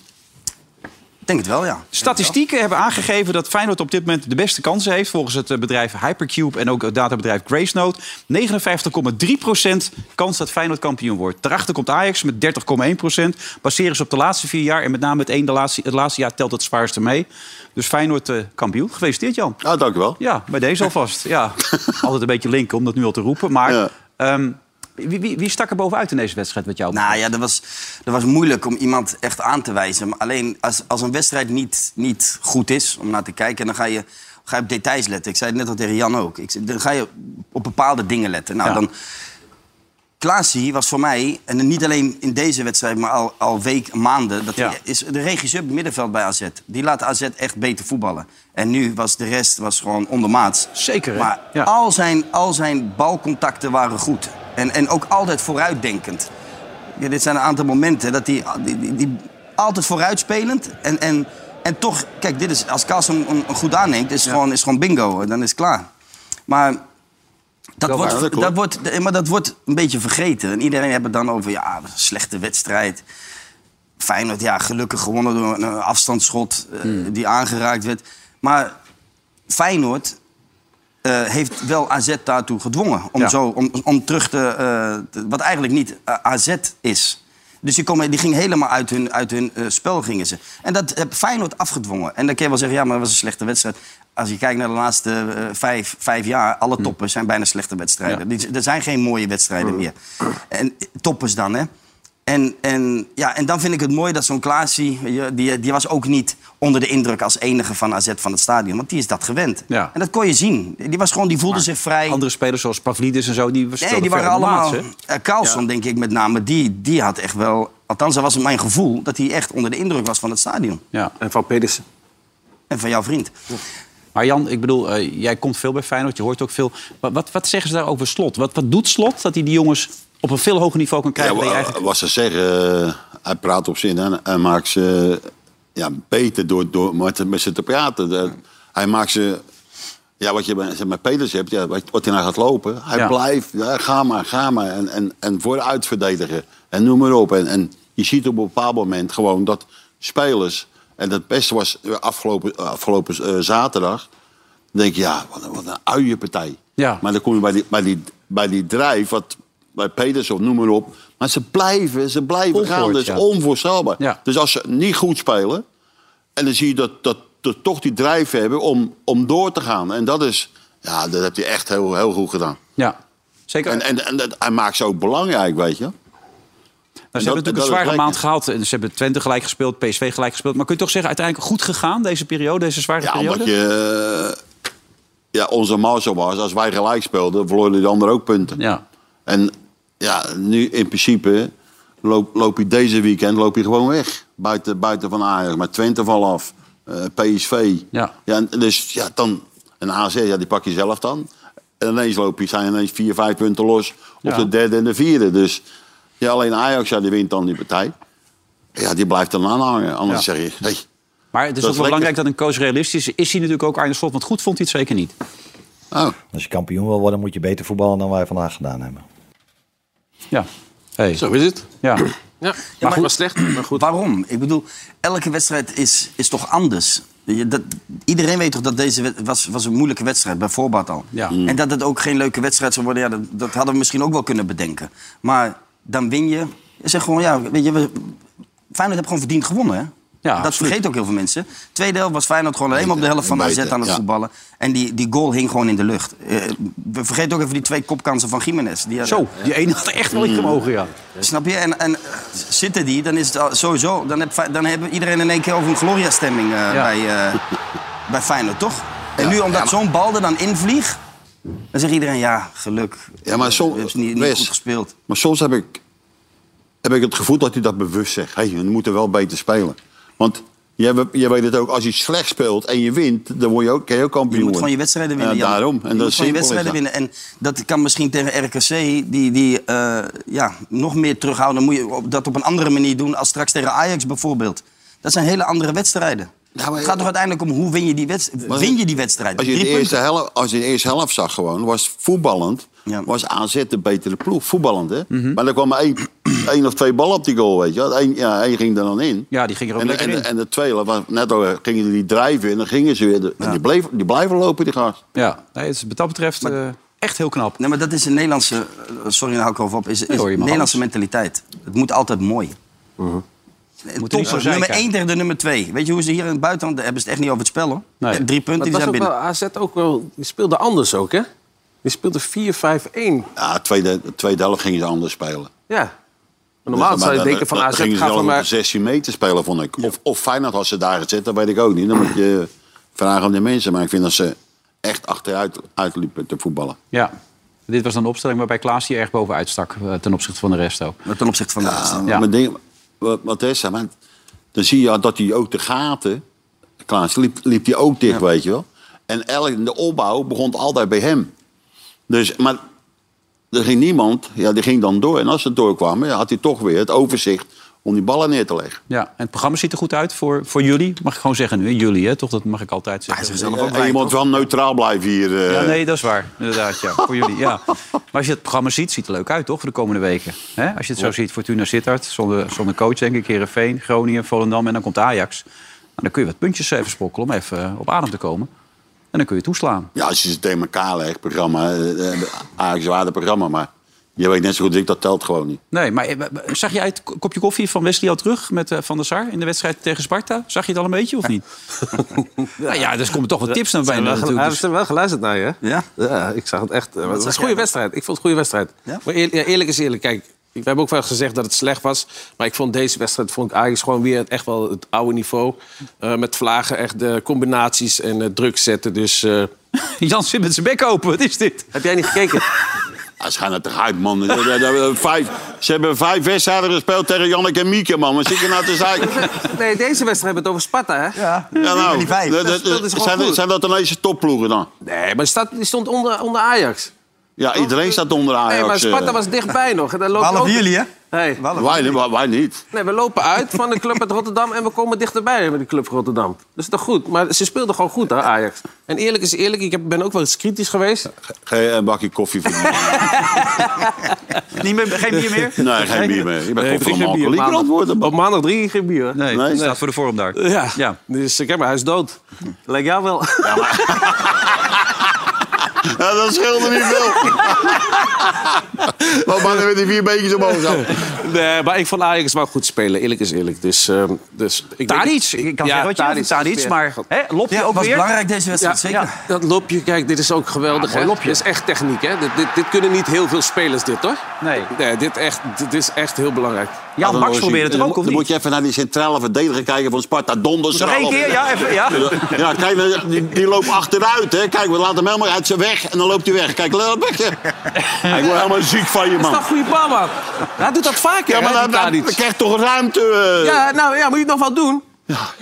Speaker 5: Ik denk het wel, ja.
Speaker 2: Statistieken hebben aangegeven dat Feyenoord op dit moment de beste kansen heeft... volgens het eh, bedrijf Hypercube en ook het databedrijf Gracenote. 59,3% kans dat Feyenoord kampioen wordt. Daarachter komt Ajax met 30,1%. Baseren ze op de laatste vier jaar en met name het, één de laatste, het laatste jaar telt het zwaarste mee. Dus Feyenoord eh, kampioen. Gefeliciteerd, Jan.
Speaker 3: Ja, dankjewel.
Speaker 2: Ja, bij deze alvast. Ja. Altijd een beetje linken om dat nu al te roepen. Maar
Speaker 3: Ja.
Speaker 2: ehm, wie, wie, wie stak er bovenuit in deze wedstrijd met jou?
Speaker 5: Nou ja, dat was, dat was moeilijk om iemand echt aan te wijzen. Maar alleen als, als een wedstrijd niet, niet goed is om naar te kijken, dan ga je, ga je op details letten. Ik zei het net al tegen Jan ook. Ik, zei, dan ga je op bepaalde dingen letten. Nou,
Speaker 2: Ja.
Speaker 5: dan. Klaasie was voor mij, en niet alleen in deze wedstrijd, maar al, al week, maanden... Dat
Speaker 2: Ja.
Speaker 5: hij is de regisseur op het middenveld bij AZ. Die laat AZ echt beter voetballen. En nu was de rest was gewoon ondermaats.
Speaker 2: Zeker, hè?
Speaker 5: Maar
Speaker 2: Ja.
Speaker 5: al, zijn, al zijn balcontacten waren goed. En, en ook altijd vooruitdenkend. Ja, dit zijn een aantal momenten dat hij die, die, die- altijd vooruitspelend en, en, en toch, kijk, dit is, als Kaas hem hem goed aanneemt, is gewoon, is gewoon bingo, dan is het klaar. Maar dat, wordt,
Speaker 3: waar, dat
Speaker 5: dat,
Speaker 3: klopt.
Speaker 5: wordt, nee, maar dat wordt een beetje vergeten. En iedereen heeft het dan over, ja, slechte wedstrijd. Feyenoord, ja, gelukkig gewonnen door een eh, afstandsschot eh,
Speaker 2: Hmm.
Speaker 5: die aangeraakt werd. Maar Feyenoord eh, heeft wel AZ daartoe gedwongen. Om,
Speaker 4: Ja.
Speaker 5: zo, om, om terug te, eh, te- Wat eigenlijk niet eh, AZ is. Dus die, komen, die gingen helemaal uit hun, uit hun eh, spel. Gingen ze. En dat heb Feyenoord afgedwongen. En dan kun je wel zeggen, ja, maar dat was een slechte wedstrijd. Als je kijkt naar de laatste eh, vijf, vijf jaar... alle toppers zijn bijna slechte wedstrijden. Die- Er zijn geen mooie wedstrijden meer. En eh, toppers dan, hè. En, en, ja, en dan vind ik het mooi dat zo'n Klaasie... weet je, Die, die was ook niet onder de indruk als enige van AZ van het stadion. Want die is dat gewend.
Speaker 2: Ja.
Speaker 5: En dat kon je zien. Die, was gewoon, die voelde zich vrij...
Speaker 2: Andere spelers zoals Pavlidis en zo, die
Speaker 5: Nee,
Speaker 2: speelden
Speaker 5: die waren
Speaker 2: verder de
Speaker 5: allemaal...
Speaker 2: maats, hè?
Speaker 5: Eh, Carlson, denk ik met name, die, die had echt wel... Althans, dat was mijn gevoel dat hij echt onder de indruk was van het stadion.
Speaker 2: Ja.
Speaker 4: En van Pedersen.
Speaker 5: En van jouw vriend.
Speaker 2: Maar Jan, ik bedoel, eh, jij komt veel bij Feyenoord, je hoort ook veel. Wat, wat, wat zeggen ze daar over Slot? Wat, wat doet Slot dat hij die jongens op een veel hoger niveau kan krijgen? dan je
Speaker 3: Ja,
Speaker 2: eigenlijk...
Speaker 3: wat ze zeggen, eh, hij praat op zin en, en maakt ze ja, beter door, door met, met ze te praten. Dat- Hij maakt ze, ja, wat je met, met Peters hebt, ja, wat, wat hij nou gaat lopen. Hij
Speaker 2: Ja.
Speaker 3: blijft, ja, ga maar, ga maar. En, en, en vooruit verdedigen. En noem maar op. En, en je ziet op een bepaald moment gewoon dat spelers... En dat beste was eh, afgelopen, afgelopen eh, zaterdag. Dan denk je, ja, wat een, wat een uienpartij.
Speaker 2: Ja.
Speaker 3: Maar dan kom je bij die, bij die, bij die drijf, wat, bij Peters of noem maar op. Maar ze blijven, ze blijven
Speaker 2: Ongehoord,
Speaker 3: gaan. Dat is
Speaker 2: ja.
Speaker 3: onvoorstelbaar.
Speaker 2: Ja.
Speaker 3: Dus als ze niet goed spelen... en dan zie je dat, dat, dat toch die drijf hebben om, om door te gaan. En dat is... Ja, dat heb je echt heel, heel goed gedaan.
Speaker 2: Ja, zeker.
Speaker 3: En, en, en dat, hij maakt ze ook belangrijk, weet je.
Speaker 2: Nou, ze
Speaker 3: En dat-
Speaker 2: hebben
Speaker 3: dat
Speaker 2: natuurlijk een zware
Speaker 3: lijkt
Speaker 2: maand
Speaker 3: me.
Speaker 2: gehad. En ze hebben Twente gelijk gespeeld, PSV gelijk gespeeld. Maar kun je toch zeggen, uiteindelijk goed gegaan deze periode, deze zware
Speaker 3: Ja,
Speaker 2: periode?
Speaker 3: omdat je... eh, Ja, onze maal zo was. Als wij gelijk speelden, verloren de anderen ook punten.
Speaker 2: Ja.
Speaker 3: En ja, nu in principe loop, loop je deze weekend loop je gewoon weg. Buiten, buiten van Ajax. Maar Twente valt af. eh, PSV.
Speaker 2: Ja.
Speaker 3: en, dus ja, dan... En AZ, ja, die pak je zelf dan. En ineens loop je, zijn ineens vier, vijf punten los. Op
Speaker 2: Ja.
Speaker 3: de derde en de vierde. Dus ja, alleen Ajax, ja, die wint dan die partij. Ja, die blijft dan aanhangen. Anders
Speaker 2: Ja.
Speaker 3: zeg je, hey,
Speaker 2: Maar het is ook
Speaker 3: Dat is
Speaker 2: wel
Speaker 3: lekker.
Speaker 2: belangrijk dat een coach realistisch is. Is hij natuurlijk ook Arne Slot, want goed vond hij het zeker niet.
Speaker 3: oh,
Speaker 11: Als je kampioen wil worden, moet je beter voetballen dan wij vandaag gedaan hebben.
Speaker 2: Ja. Hey.
Speaker 4: Zo is het.
Speaker 2: Ja.
Speaker 4: Ja, maar goed. was slecht, maar goed.
Speaker 5: Waarom? Ik bedoel, elke wedstrijd is, is toch anders. Je- dat, iedereen weet toch dat deze wed- was, was een moeilijke wedstrijd, bij voorbaat al.
Speaker 2: Ja.
Speaker 5: En dat het ook geen leuke wedstrijd zou worden, ja, dat, dat hadden we misschien ook wel kunnen bedenken. Maar dan win je. Zeg gewoon, ja, weet je, we, Feyenoord heeft gewoon verdiend gewonnen, hè?
Speaker 2: Ja,
Speaker 5: dat
Speaker 2: absoluut.
Speaker 5: vergeet ook heel veel mensen. Tweede helft was Feyenoord gewoon helemaal op de helft van AZ
Speaker 3: Beter,
Speaker 5: aan het
Speaker 3: ja.
Speaker 5: voetballen. En die, die goal hing gewoon in de lucht. Eh, we vergeten ook even die twee kopkansen van Jiménez. Die hadden-
Speaker 2: Zo, die ene had echt wel in gemogen, ja.
Speaker 5: Snap je? En, en eh, zitten die, dan is het al- sowieso... Dan, heb, Fe- dan hebben iedereen in één keer over een Gloria-stemming eh,
Speaker 2: Ja.
Speaker 5: bij, eh, bij Feyenoord, toch? En nu, omdat zo'n bal er dan invliegt... dan zegt iedereen, ja, geluk.
Speaker 3: Ja, maar som-
Speaker 5: We hebben niet, niet
Speaker 3: Wes.
Speaker 5: goed gespeeld.
Speaker 3: Maar soms heb ik, heb ik het gevoel dat hij dat bewust zegt. Hé, we moeten wel beter spelen. Want jij, we- jij weet het ook, als je slecht speelt en je wint, dan word je ook, kan je ook kampioen
Speaker 5: Je moet
Speaker 3: worden.
Speaker 5: gewoon je wedstrijden winnen,
Speaker 3: Ja,
Speaker 5: Jan.
Speaker 3: daarom. En
Speaker 5: je
Speaker 3: dat
Speaker 5: moet
Speaker 3: is
Speaker 5: gewoon je
Speaker 3: simpel,
Speaker 5: wedstrijden
Speaker 3: is
Speaker 5: winnen. En dat kan misschien tegen RKC, die, die eh, ja, nog meer terughouden... moet je op- dat op een andere manier doen als straks tegen Ajax bijvoorbeeld. Dat zijn hele andere wedstrijden.
Speaker 3: Nou, maar-
Speaker 5: het gaat toch uiteindelijk om hoe win je die wedstrijd?
Speaker 3: Maar-
Speaker 5: Win je die wedstrijd?
Speaker 3: Als je, in
Speaker 5: Drie
Speaker 3: de
Speaker 5: punten.
Speaker 3: eerste helft, als je in de eerste helft zag gewoon, was voetballend,
Speaker 5: Ja. Mhm.
Speaker 3: was AZ de betere ploeg. Voetballend, hè? Maar er kwam maar één, één of twee ballen op die goal, weet je wel. Eén, ja, één ging er dan in.
Speaker 2: Ja, die ging er ook
Speaker 3: en, de-
Speaker 2: lekker
Speaker 3: en,
Speaker 2: in.
Speaker 3: En de tweede, was net al eh, gingen die drijven en dan gingen ze weer. En die, bleef, die blijven lopen, die gast.
Speaker 2: Ja, nee, het is wat dat betreft eh, echt heel knap.
Speaker 5: Nee, maar dat is een Nederlandse... eh, Sorry, daar hou ik over op. Is,
Speaker 2: hoor, je
Speaker 5: is een
Speaker 2: mag Uh-huh.
Speaker 5: Nederlandse mentaliteit. Het moet altijd mooi. Eh,
Speaker 2: Moet er niet zo
Speaker 5: Toppers,
Speaker 2: zijn,
Speaker 5: nummer
Speaker 2: kijk.
Speaker 5: 1 tegen de nummer 2. Weet je hoe ze hier in het buitenland... daar hebben ze het echt niet over het spel, hoor.
Speaker 2: Nee.
Speaker 5: Eh, Drie punten,
Speaker 4: Maar het
Speaker 5: die
Speaker 4: was
Speaker 5: zijn
Speaker 4: ook
Speaker 5: binnen.
Speaker 4: wel, AZ ook wel, die speelde anders ook, hè? Die speelde 4-5-1.
Speaker 3: Ja, tweede, tweede helft gingen ze anders spelen.
Speaker 4: Ja. Normaal zou je
Speaker 3: dan- eh,
Speaker 4: denken van
Speaker 3: dan
Speaker 4: AZ
Speaker 3: gingen ze
Speaker 4: gaat
Speaker 3: wel
Speaker 4: van
Speaker 3: op de
Speaker 4: maar...
Speaker 3: 16 meter spelen, vond ik. Of, of Feyenoord had ze daar gezet, dat weet ik ook niet. Dan moet je vragen aan de mensen. Maar ik vind dat ze echt achteruit uitliepen te voetballen.
Speaker 2: Ja. Dit was dan de opstelling waarbij Klaas hier erg bovenuit stak eh, ten opzichte van de rest ook.
Speaker 5: Ten opzichte van de rest.
Speaker 2: Ja.
Speaker 3: Maar ding, wat, wat is dat? Maar dan zie je dat hij ook de gaten... Klaas liep, liep hij ook dicht, weet je wel. En elk, de opbouw begon altijd bij hem. Dus, maar er ging niemand, ja, die ging dan door. En als ze doorkwamen, ja, had hij toch weer het overzicht om die ballen neer te leggen.
Speaker 2: Ja, en het programma ziet er goed uit voor, voor jullie. Mag ik gewoon zeggen nu, hè? jullie hè? Toch, dat mag ik altijd zeggen.
Speaker 5: Hij is er zelf ook
Speaker 3: En
Speaker 5: bij.
Speaker 3: je moet wel neutraal blijven hier. eh.
Speaker 2: Ja, nee, dat is waar. Inderdaad, ja. Voor jullie, ja. Maar als je het programma ziet, ziet het er leuk uit, toch? Voor de komende weken. Hè? Als je het zo ziet, Fortuna Sittard, zonder, zonder coach, denk ik. Heerenveen, Groningen, Volendam en dan komt Ajax. Nou, dan kun je wat puntjes even sprokkelen om even eh, op adem te komen. En dan kun je toeslaan.
Speaker 3: Ja, als je ze tegen elkaar legt, programma, eh, eh, Ajax waarde programma, maar je weet net zo goed als ik, dat telt gewoon niet.
Speaker 2: Nee, maar eh, eh, zag jij het ko- kopje koffie van Wesley al terug met eh, Van der Sar in de wedstrijd tegen Sparta? Zag je het al een beetje of niet? Nou ja, dus komen toch wat tips naar Dus
Speaker 4: Ze
Speaker 2: bij
Speaker 4: hebben wel,
Speaker 2: natuurlijk.
Speaker 3: dus-
Speaker 4: gelu- ze hebben wel geluisterd naar je. hè?
Speaker 5: Ja?
Speaker 4: Ja, ik zag het echt. eh, Het was
Speaker 5: zag
Speaker 4: een
Speaker 5: jij?
Speaker 4: goede wedstrijd. Ik vond het een goede wedstrijd.
Speaker 5: Ja?
Speaker 4: Maar eer- ja, eerlijk is eerlijk. Kijk, we hebben ook wel gezegd dat het slecht was. Maar ik vond deze wedstrijd vond ik Ajax gewoon weer echt wel het oude niveau. Eh, met vlagen, echt de combinaties en eh, druk zetten. Dus eh,
Speaker 2: Jan zit met zijn bek open, wat is dit?
Speaker 4: heb jij niet gekeken?
Speaker 3: Ja, ze gaan het eruit, man. Eh, eh, eh, vijf, ze hebben vijf wedstrijden gespeeld tegen Janneke en Mieke, man. Wat zit je nou te zeggen?
Speaker 4: nee, deze wedstrijd hebben we het over Sparta, hè?
Speaker 5: Ja,
Speaker 3: Ja, nou,
Speaker 5: die vijf.
Speaker 3: dat- dat-
Speaker 4: Dat is gewoon
Speaker 3: zijn, dat-
Speaker 4: goed.
Speaker 3: zijn dat ineens de topploegen dan?
Speaker 4: Nee, maar die, staat, die stond onder, onder Ajax.
Speaker 3: Ja, iedereen staat onder Ajax.
Speaker 4: Nee, maar Sparta
Speaker 3: eh.
Speaker 4: was dichtbij nog. En daar lopen
Speaker 5: Behalve
Speaker 4: ook-
Speaker 5: jullie, hè?
Speaker 4: Nee.
Speaker 3: Wij, niet, wij, wij niet.
Speaker 4: Nee, we lopen uit van de club uit Rotterdam en we komen dichterbij met de club Rotterdam. Dat is toch goed? Maar ze speelden gewoon goed, hè, Ajax. En eerlijk is eerlijk, ik heb- ben ook wel eens kritisch geweest.
Speaker 3: Geen eh, bakje koffie voor mij.
Speaker 2: Niet meer, geen bier meer?
Speaker 3: Nee, geen bier meer. Ik ben
Speaker 4: Nee,
Speaker 3: koffie van
Speaker 4: drie keer bier.
Speaker 3: alcoholieker
Speaker 4: Maandag-
Speaker 3: antwoorden.
Speaker 4: Op maandag drie keer geen bier, hè?
Speaker 2: Nee, Eh.
Speaker 3: Nee.
Speaker 2: het staat voor de vorm daar.
Speaker 4: Ja.
Speaker 2: Ja.
Speaker 4: Dus ik heb mijn huis dood. Lijkt jou wel.
Speaker 3: Ja, dat scheelde niet veel. Wat mannen met die vier beetjes omhoog zo.
Speaker 4: nee, maar ik vond Ajax wel goed spelen. Eerlijk is eerlijk. Dus, ehm dus ik denk-
Speaker 2: Tadic, ik kan
Speaker 4: Ja,
Speaker 2: zeggen wat je
Speaker 4: Tadic.
Speaker 2: wilt, Tadic, maar hè, loopt hij
Speaker 5: Ja,
Speaker 2: ook
Speaker 5: was
Speaker 2: weer?
Speaker 5: belangrijk deze wedstrijd,
Speaker 4: Ja,
Speaker 5: zeker.
Speaker 4: ja, dat lopje, kijk, dit is ook geweldig. hè? Dit is echt techniek, hè? Dit, dit, dit kunnen niet heel veel spelers, dit, hoor.
Speaker 2: Nee.
Speaker 4: Nee, dit, echt, dit is echt heel belangrijk.
Speaker 2: Jan Baks probeerde het er ook, of
Speaker 3: Dan moet
Speaker 2: niet?
Speaker 3: je even naar die centrale verdediger kijken van Sparta. Donders
Speaker 2: Nog één keer, ja, even, ja.
Speaker 3: Ja, kijk, eh, die, die loopt achteruit. Hè. Kijk, we laten hem helemaal uit zijn weg en dan loopt hij weg. Kijk, loop weg. Ik word helemaal ziek van je,
Speaker 4: Dat is
Speaker 3: man.
Speaker 4: toch een goede bal, man. Hij doet dat vaker,
Speaker 3: Ja,
Speaker 4: hè,
Speaker 3: maar
Speaker 4: die
Speaker 3: dan, dan,
Speaker 4: Tadic.
Speaker 3: dan krijg je toch ruimte. eh.
Speaker 4: Ja, nou ja, moet je het nog wel doen?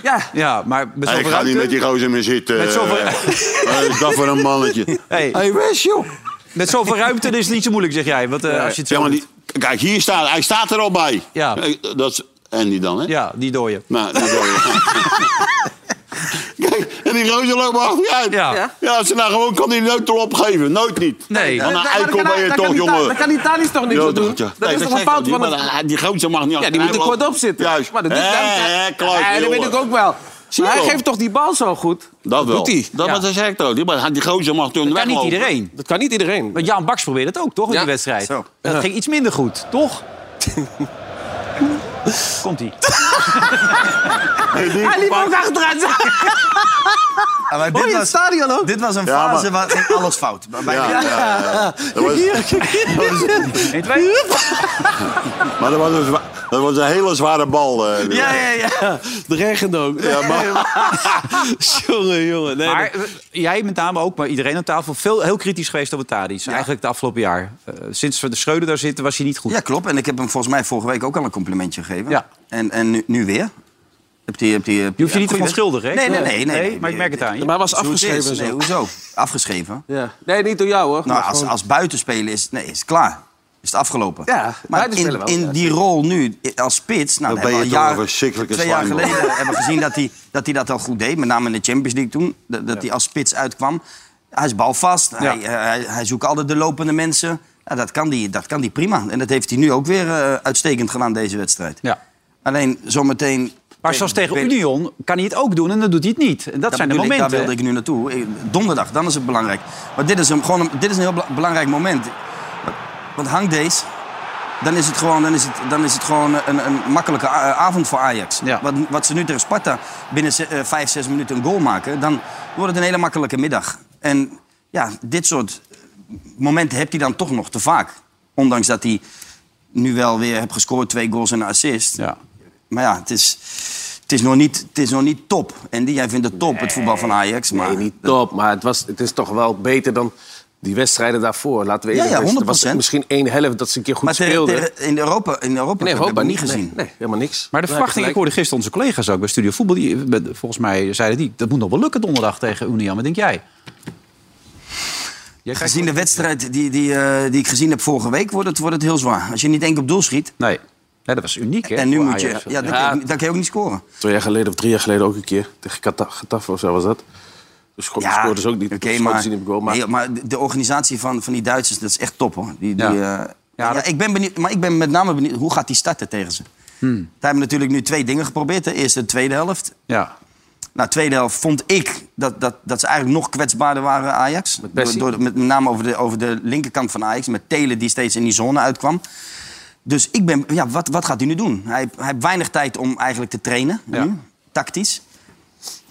Speaker 4: Ja.
Speaker 2: Ja, maar met
Speaker 3: Hey,
Speaker 2: zoveel
Speaker 3: ik ga niet met
Speaker 2: ruimte,
Speaker 3: die gozer meer zitten.
Speaker 2: Met zoveel-
Speaker 3: eh. Wat is dat voor een mannetje?
Speaker 2: Hey.
Speaker 3: hey Wes, joh.
Speaker 2: met zoveel ruimte dus is het niet zo moeilijk, zeg jij. Want, eh, als je het zo
Speaker 3: Ja, maar
Speaker 2: doet.
Speaker 3: die, kijk, hier staat, hij staat er al bij.
Speaker 2: Ja.
Speaker 3: Eh, Dat is Andy dan, hè?
Speaker 2: ja, die door je.
Speaker 3: Nou, dat wil je. Kijk, en die roze loopt maar achteruit.
Speaker 2: Ja.
Speaker 4: Ja.
Speaker 3: ja, als ze nou gewoon kan die nooit erop geven. Nooit niet.
Speaker 2: Nee.
Speaker 3: Want
Speaker 4: Nee,
Speaker 3: een
Speaker 4: maar dan
Speaker 3: eikel
Speaker 4: kan
Speaker 3: ben
Speaker 4: hij-
Speaker 3: je
Speaker 4: dan
Speaker 3: toch,
Speaker 4: kan die Ta-
Speaker 3: jongen.
Speaker 4: Dan kan die Tadic toch niks
Speaker 3: Ja,
Speaker 4: aan doen?
Speaker 3: ja.
Speaker 4: Dat
Speaker 3: Nee,
Speaker 4: is toch
Speaker 3: zeg
Speaker 4: een
Speaker 3: ik
Speaker 4: fout
Speaker 3: niet,
Speaker 4: van
Speaker 3: maar
Speaker 4: het...
Speaker 3: hij- Die gozer mag niet
Speaker 4: Ja, die moet er
Speaker 3: achteruit
Speaker 4: kort
Speaker 3: lopen.
Speaker 4: op zitten.
Speaker 3: Juist.
Speaker 4: Maar dat doet
Speaker 3: Hé,
Speaker 4: hij
Speaker 3: hé, kluit,
Speaker 4: Ja, dat weet
Speaker 3: jongen.
Speaker 4: ik ook wel.
Speaker 3: Zie je
Speaker 4: Maar hij
Speaker 3: wel.
Speaker 4: geeft toch die bal zo goed?
Speaker 3: Dat wel.
Speaker 4: doet hij.
Speaker 3: Dat
Speaker 2: Ja.
Speaker 3: was een sector. Die, maar die gozer mag toen
Speaker 2: Maar niet
Speaker 3: weglopen.
Speaker 2: iedereen.
Speaker 4: Dat kan niet iedereen.
Speaker 2: Want Jan Baks probeerde het ook, toch, in
Speaker 4: Ja,
Speaker 2: die wedstrijd?
Speaker 5: zo.
Speaker 2: Dat ging iets minder goed, toch? Komt-ie.
Speaker 4: Hij liep ook achteruit.
Speaker 5: Ja, maar
Speaker 4: Hoor
Speaker 5: dit,
Speaker 4: je het
Speaker 5: was,
Speaker 4: stadion ook?
Speaker 5: dit was een
Speaker 3: Ja,
Speaker 5: fase waar ging alles fout. Bij- bij-
Speaker 3: Ja, ja, ja, ja. Dat was,
Speaker 2: Eén, twee.
Speaker 3: maar dat was, een, zwa- dat was een hele zware bal. eh.
Speaker 5: ja, ja, ja.
Speaker 4: De regen ook.
Speaker 3: Ja, maar,
Speaker 4: Jongen, jongen. Nee,
Speaker 2: Maar eh, jij met name ook, maar iedereen aan tafel, veel, heel kritisch geweest over Tadic. Eigenlijk het afgelopen jaar. Eh, sinds we de Schreuder daar zitten was hij niet goed.
Speaker 5: Ja, klopt. En ik heb hem volgens mij vorige week ook al een complimentje gegeven.
Speaker 2: Ja.
Speaker 5: En, en nu, nu weer. Heb die, heb die,
Speaker 2: Je hoeft je niet te verontschuldigen, hè?
Speaker 5: Nee, nee, nee, nee,
Speaker 2: Nee,
Speaker 5: nee,
Speaker 2: maar ik merk het aan je.
Speaker 4: maar hij was
Speaker 5: Zo het is.
Speaker 4: afgeschreven.
Speaker 5: Nee,
Speaker 4: zo.
Speaker 5: hoezo? Afgeschreven?
Speaker 4: Ja. Nee, niet door jou, hoor.
Speaker 5: Nou,
Speaker 4: Maar
Speaker 5: als,
Speaker 4: gewoon-
Speaker 5: als buitenspeler is, nee, is het klaar. Is het afgelopen.
Speaker 4: Ja,
Speaker 5: maar
Speaker 4: buitenspeler
Speaker 5: in,
Speaker 4: wel,
Speaker 5: in
Speaker 4: ja.
Speaker 5: die rol nu, i- als spits... Nou,
Speaker 3: Dan
Speaker 5: hebben
Speaker 3: ben
Speaker 5: we
Speaker 3: je
Speaker 5: al
Speaker 3: toch
Speaker 5: jaar-
Speaker 3: een verschrikkelijke
Speaker 5: Twee jaar
Speaker 3: slijmbal.
Speaker 5: geleden hebben we gezien dat hij dat, hij dat al goed deed. Met name in de Champions League toen. Dat, dat hij als spits uitkwam. Hij is balvast. Hij, eh, hij, hij zoekt altijd de lopende mensen. Ja, dat, kan die, dat kan die prima. En dat heeft hij nu ook weer eh, uitstekend gedaan deze wedstrijd.
Speaker 2: Ja.
Speaker 5: Alleen zometeen...
Speaker 2: Maar zoals tegen
Speaker 5: Ben-
Speaker 2: Union kan hij het ook doen en dan doet hij het niet. En dat, zijn de
Speaker 5: bedoel ik,
Speaker 2: momenten.
Speaker 5: daar wilde ik nu naartoe. Eh, Donderdag, dan is het belangrijk. Maar dit is, een, gewoon een, dit is een heel bela- belangrijk moment. Want hang deze, dan is het gewoon, dan is het, dan is het gewoon een, een makkelijke a- eh, avond voor Ajax.
Speaker 2: Ja.
Speaker 5: Wat, wat ze nu tegen Sparta binnen ze- eh, vijf, zes minuten een goal maken... dan wordt het een hele makkelijke middag. En ja, dit soort momenten heb hij dan toch nog te vaak. Ondanks dat hij nu wel weer heeft gescoord, twee goals en een assist.
Speaker 2: Ja.
Speaker 5: Maar ja, het is, het is, nog, niet, het is nog niet top. En jij vindt het top, het voetbal van Ajax. Maar
Speaker 4: Nee, niet top, maar het, was, het is toch wel beter dan die wedstrijden daarvoor. Laten we
Speaker 5: Ja,
Speaker 4: eerlijk
Speaker 5: ja,
Speaker 4: zijn. Er was
Speaker 5: 100%.
Speaker 4: misschien één helft dat ze een keer goed
Speaker 5: maar tegen-
Speaker 4: speelden.
Speaker 5: tegen- in Europa, in Europa
Speaker 4: nee,
Speaker 5: Cup
Speaker 4: Europa
Speaker 5: hebben we
Speaker 4: niet
Speaker 5: het niet gezien.
Speaker 4: Nee, nee, helemaal niks.
Speaker 2: Maar de
Speaker 4: Ja,
Speaker 5: Nou,
Speaker 2: verwachting, ik
Speaker 4: gelijk.
Speaker 2: hoorde gisteren onze collega's ook bij Studio Voetbal... Die, met- volgens mij zeiden die, dat moet nog wel lukken donderdag tegen Union. Wat denk jij? jij kijkt-
Speaker 5: Gezien de wedstrijd die, die, eh, die ik gezien heb vorige week, wordt het, wordt het heel zwaar. Als je niet één keer op doel schiet,
Speaker 2: Nee. nee, dat was uniek, hè?
Speaker 5: en nu
Speaker 2: voor
Speaker 5: moet je,
Speaker 2: Ajax.
Speaker 5: ja, dan,
Speaker 4: Ja.
Speaker 5: Kan je, dan kan je ook niet scoren.
Speaker 4: Twee jaar geleden of drie jaar geleden ook een keer. Tegen Geta- Getafe of zo was dat. De Schot ja, scoorde dus ook niet.
Speaker 5: oké,
Speaker 4: De Schotten
Speaker 5: maar,
Speaker 4: zien hem goal, maar-
Speaker 5: nee, maar de- de organisatie van, van die Duitsers, dat is echt top hoor. Die, die,
Speaker 2: Ja.
Speaker 5: eh, ja,
Speaker 2: dat-
Speaker 5: ik ben benieuwd, maar ik ben met name benieuwd, hoe gaat die starten tegen ze?
Speaker 4: Hmm.
Speaker 5: Daar hebben natuurlijk nu twee dingen geprobeerd. De eerste en tweede helft.
Speaker 2: Ja.
Speaker 5: Nou, tweede helft vond ik dat, dat, dat ze eigenlijk nog kwetsbaarder waren, Ajax.
Speaker 4: Bessie?
Speaker 5: Door, door- met, met name over de, over de linkerkant van Ajax. Met Telen die steeds in die zone uitkwam. Dus ik ben... Ja, wat, wat gaat hij nu doen? Hij, hij heeft weinig tijd om eigenlijk te trainen.
Speaker 2: Ja.
Speaker 5: Nu, tactisch.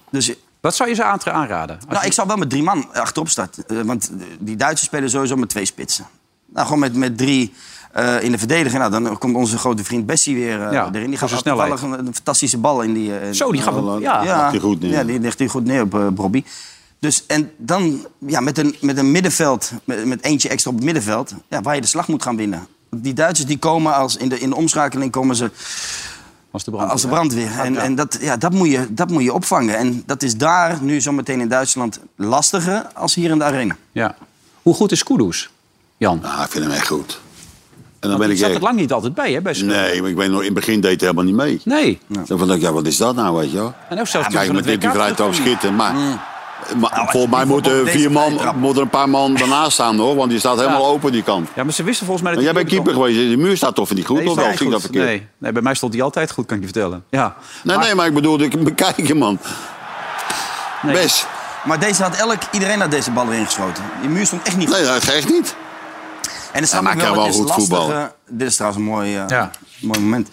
Speaker 5: Dus
Speaker 2: Wat zou je ze aan- aanraden? Als
Speaker 5: nou,
Speaker 2: je-
Speaker 5: ik zou wel met drie man achterop starten. Eh, want die Duitsers spelen sowieso met twee spitsen. Nou, gewoon met, met drie eh, in de verdediging. Nou, dan komt onze grote vriend Bessie weer eh,
Speaker 2: Ja, voor
Speaker 5: erin. Die
Speaker 2: zijn
Speaker 5: gaat
Speaker 2: snelheid.
Speaker 5: toevallig een, een fantastische bal in die... eh,
Speaker 2: Zo, die gaat...
Speaker 3: Nou,
Speaker 2: Ja.
Speaker 3: laat- Legt hij goed neer.
Speaker 5: Ja, die legt hij goed neer op eh, Bobby. Dus, en dan ja, met, een, met een middenveld, met, met eentje extra op het middenveld... Ja, waar je de slag moet gaan winnen. Die Duitsers die komen als in de, in de omschakeling komen ze
Speaker 2: Als de brand.
Speaker 5: als de brandweer. En, en dat, ja, dat, moet je, dat moet je opvangen. En dat is daar nu zometeen in Duitsland lastiger als hier in de arena.
Speaker 2: Ja. Hoe goed is Kudus, Jan?
Speaker 3: Nou, ik vind hem echt goed. En dan
Speaker 2: Want
Speaker 3: ben
Speaker 2: die
Speaker 3: ik
Speaker 2: zat er
Speaker 3: echt...
Speaker 2: lang niet altijd bij, hè? Bij Schreuder.
Speaker 3: Nee, maar ik weet nog, in het begin deed hij helemaal niet mee.
Speaker 2: Nee.
Speaker 3: Dan dacht ik, ja, wat is dat nou, weet je wel?
Speaker 2: En ook zelfs toen
Speaker 3: Kijk,
Speaker 2: van
Speaker 3: met
Speaker 2: het
Speaker 3: dit die
Speaker 2: WK Hmm.
Speaker 3: vrij trap
Speaker 2: terugkwam.
Speaker 3: schieten, maar...
Speaker 2: Nou,
Speaker 3: maar
Speaker 5: als je
Speaker 3: volgens mij
Speaker 5: die voetbal op
Speaker 3: moeten
Speaker 5: deze
Speaker 3: vier man,
Speaker 5: vrijtrap-
Speaker 3: moeten er een paar man daarnaast staan, hoor. Want die staat helemaal open, die kant.
Speaker 2: Ja, maar ze wisten volgens mij
Speaker 3: Maar
Speaker 2: dat...
Speaker 3: jij
Speaker 2: die
Speaker 3: bent keeper
Speaker 2: toch-
Speaker 3: geweest, dus de muur staat toch niet goed?
Speaker 2: Nee,
Speaker 3: of
Speaker 2: stond
Speaker 3: wel?
Speaker 2: hij
Speaker 3: Ging dat
Speaker 2: goed.
Speaker 3: verkeerd? Nee,
Speaker 2: Nee. nee, bij mij stond hij altijd goed, kan ik je vertellen. Ja.
Speaker 3: nee, maar, ik bedoel, ik bekijk hem, man.
Speaker 2: Nee.
Speaker 3: Best.
Speaker 5: Maar deze had elk, iedereen had deze bal erin geschoten. Die muur stond echt niet goed.
Speaker 3: Nee, dat echt niet.
Speaker 5: En dat
Speaker 3: Hij
Speaker 5: snap ik
Speaker 3: maakt
Speaker 5: wel,
Speaker 3: wel
Speaker 5: het is
Speaker 3: goed
Speaker 5: lastiger.
Speaker 3: voetbal.
Speaker 5: Dit is trouwens een mooi, eh,
Speaker 2: Ja.
Speaker 5: mooi moment.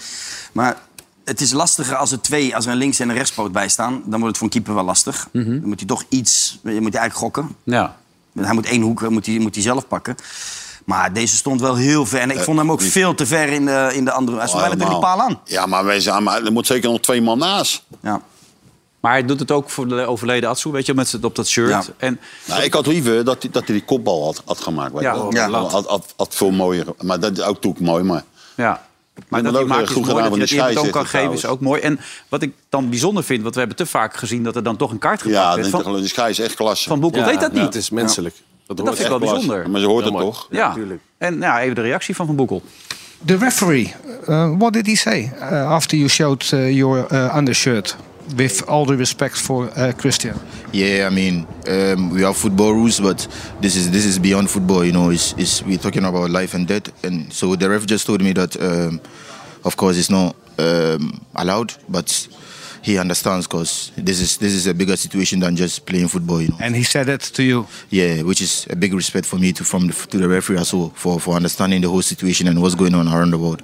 Speaker 5: Maar het is lastiger als er twee, als er een links- en een rechtspoot bij staan. Dan wordt het voor een keeper wel lastig.
Speaker 4: Mhm.
Speaker 5: Dan moet hij toch iets, je moet hij eigenlijk gokken.
Speaker 2: Ja.
Speaker 5: Hij moet één hoek eh, moet hij, moet hij zelf pakken. Maar deze stond wel heel ver. En ik vond hem ook veel te ver in de, in de andere. Hij stond bijna tegen die
Speaker 3: Helemaal.
Speaker 5: paal aan.
Speaker 3: Ja, maar, wij zijn, maar er moet zeker nog twee man naast.
Speaker 5: Ja.
Speaker 2: Maar hij doet het ook voor de overleden Atsu, weet je, met z'n- op dat shirt.
Speaker 5: Ja.
Speaker 2: En
Speaker 3: Nou, ik had liever dat hij dat hij die kopbal had, had gemaakt. Weet
Speaker 2: Ja,
Speaker 3: je wel.
Speaker 5: ja.
Speaker 3: Had, had, had veel mooier. Maar dat is ook natuurlijk mooi, maar...
Speaker 2: Ja. Maar
Speaker 3: Ja,
Speaker 2: dat
Speaker 3: maar
Speaker 2: hij
Speaker 3: ook, eh,
Speaker 2: maakt is
Speaker 3: goed
Speaker 2: mooi, dat
Speaker 3: gedaan van
Speaker 2: hij
Speaker 3: die
Speaker 2: dat iemand ook kan
Speaker 3: scheidsrechter
Speaker 2: geven is ook mooi. En wat ik dan bijzonder vind, want we hebben te vaak gezien... dat er dan toch een kaart gepakt
Speaker 3: Ja,
Speaker 2: werd
Speaker 3: dan
Speaker 2: van,
Speaker 3: denk ik, de Sky is echt klasse.
Speaker 2: van Boekel.
Speaker 4: Ja,
Speaker 2: deed dat
Speaker 4: ja,
Speaker 2: niet.
Speaker 4: Het is menselijk. Dat hoort
Speaker 2: Dat vind ik
Speaker 4: echt.
Speaker 2: wel
Speaker 3: Klasse.
Speaker 2: bijzonder.
Speaker 3: Maar ze hoort het
Speaker 4: Heel mooi.
Speaker 3: toch?
Speaker 2: Ja,
Speaker 4: tuurlijk.
Speaker 2: en nou ja, even de reactie van Van Boekel.
Speaker 12: The referee, uh, what did he say uh, after you showed uh, your uh, undershirt? With all the respect for uh, Christian.
Speaker 6: Yeah, I mean, um, we have football rules, but this is this is beyond football. You know, it's, it's we're talking about life and death, and so the ref just told me that, um, of course, it's not um, allowed, but he understands because this is this is a bigger situation than just playing football. You know,
Speaker 12: And he said that to you.
Speaker 6: yeah, which is a big respect for me to from the, to the referee as well for for understanding the whole situation and what's going on around the world.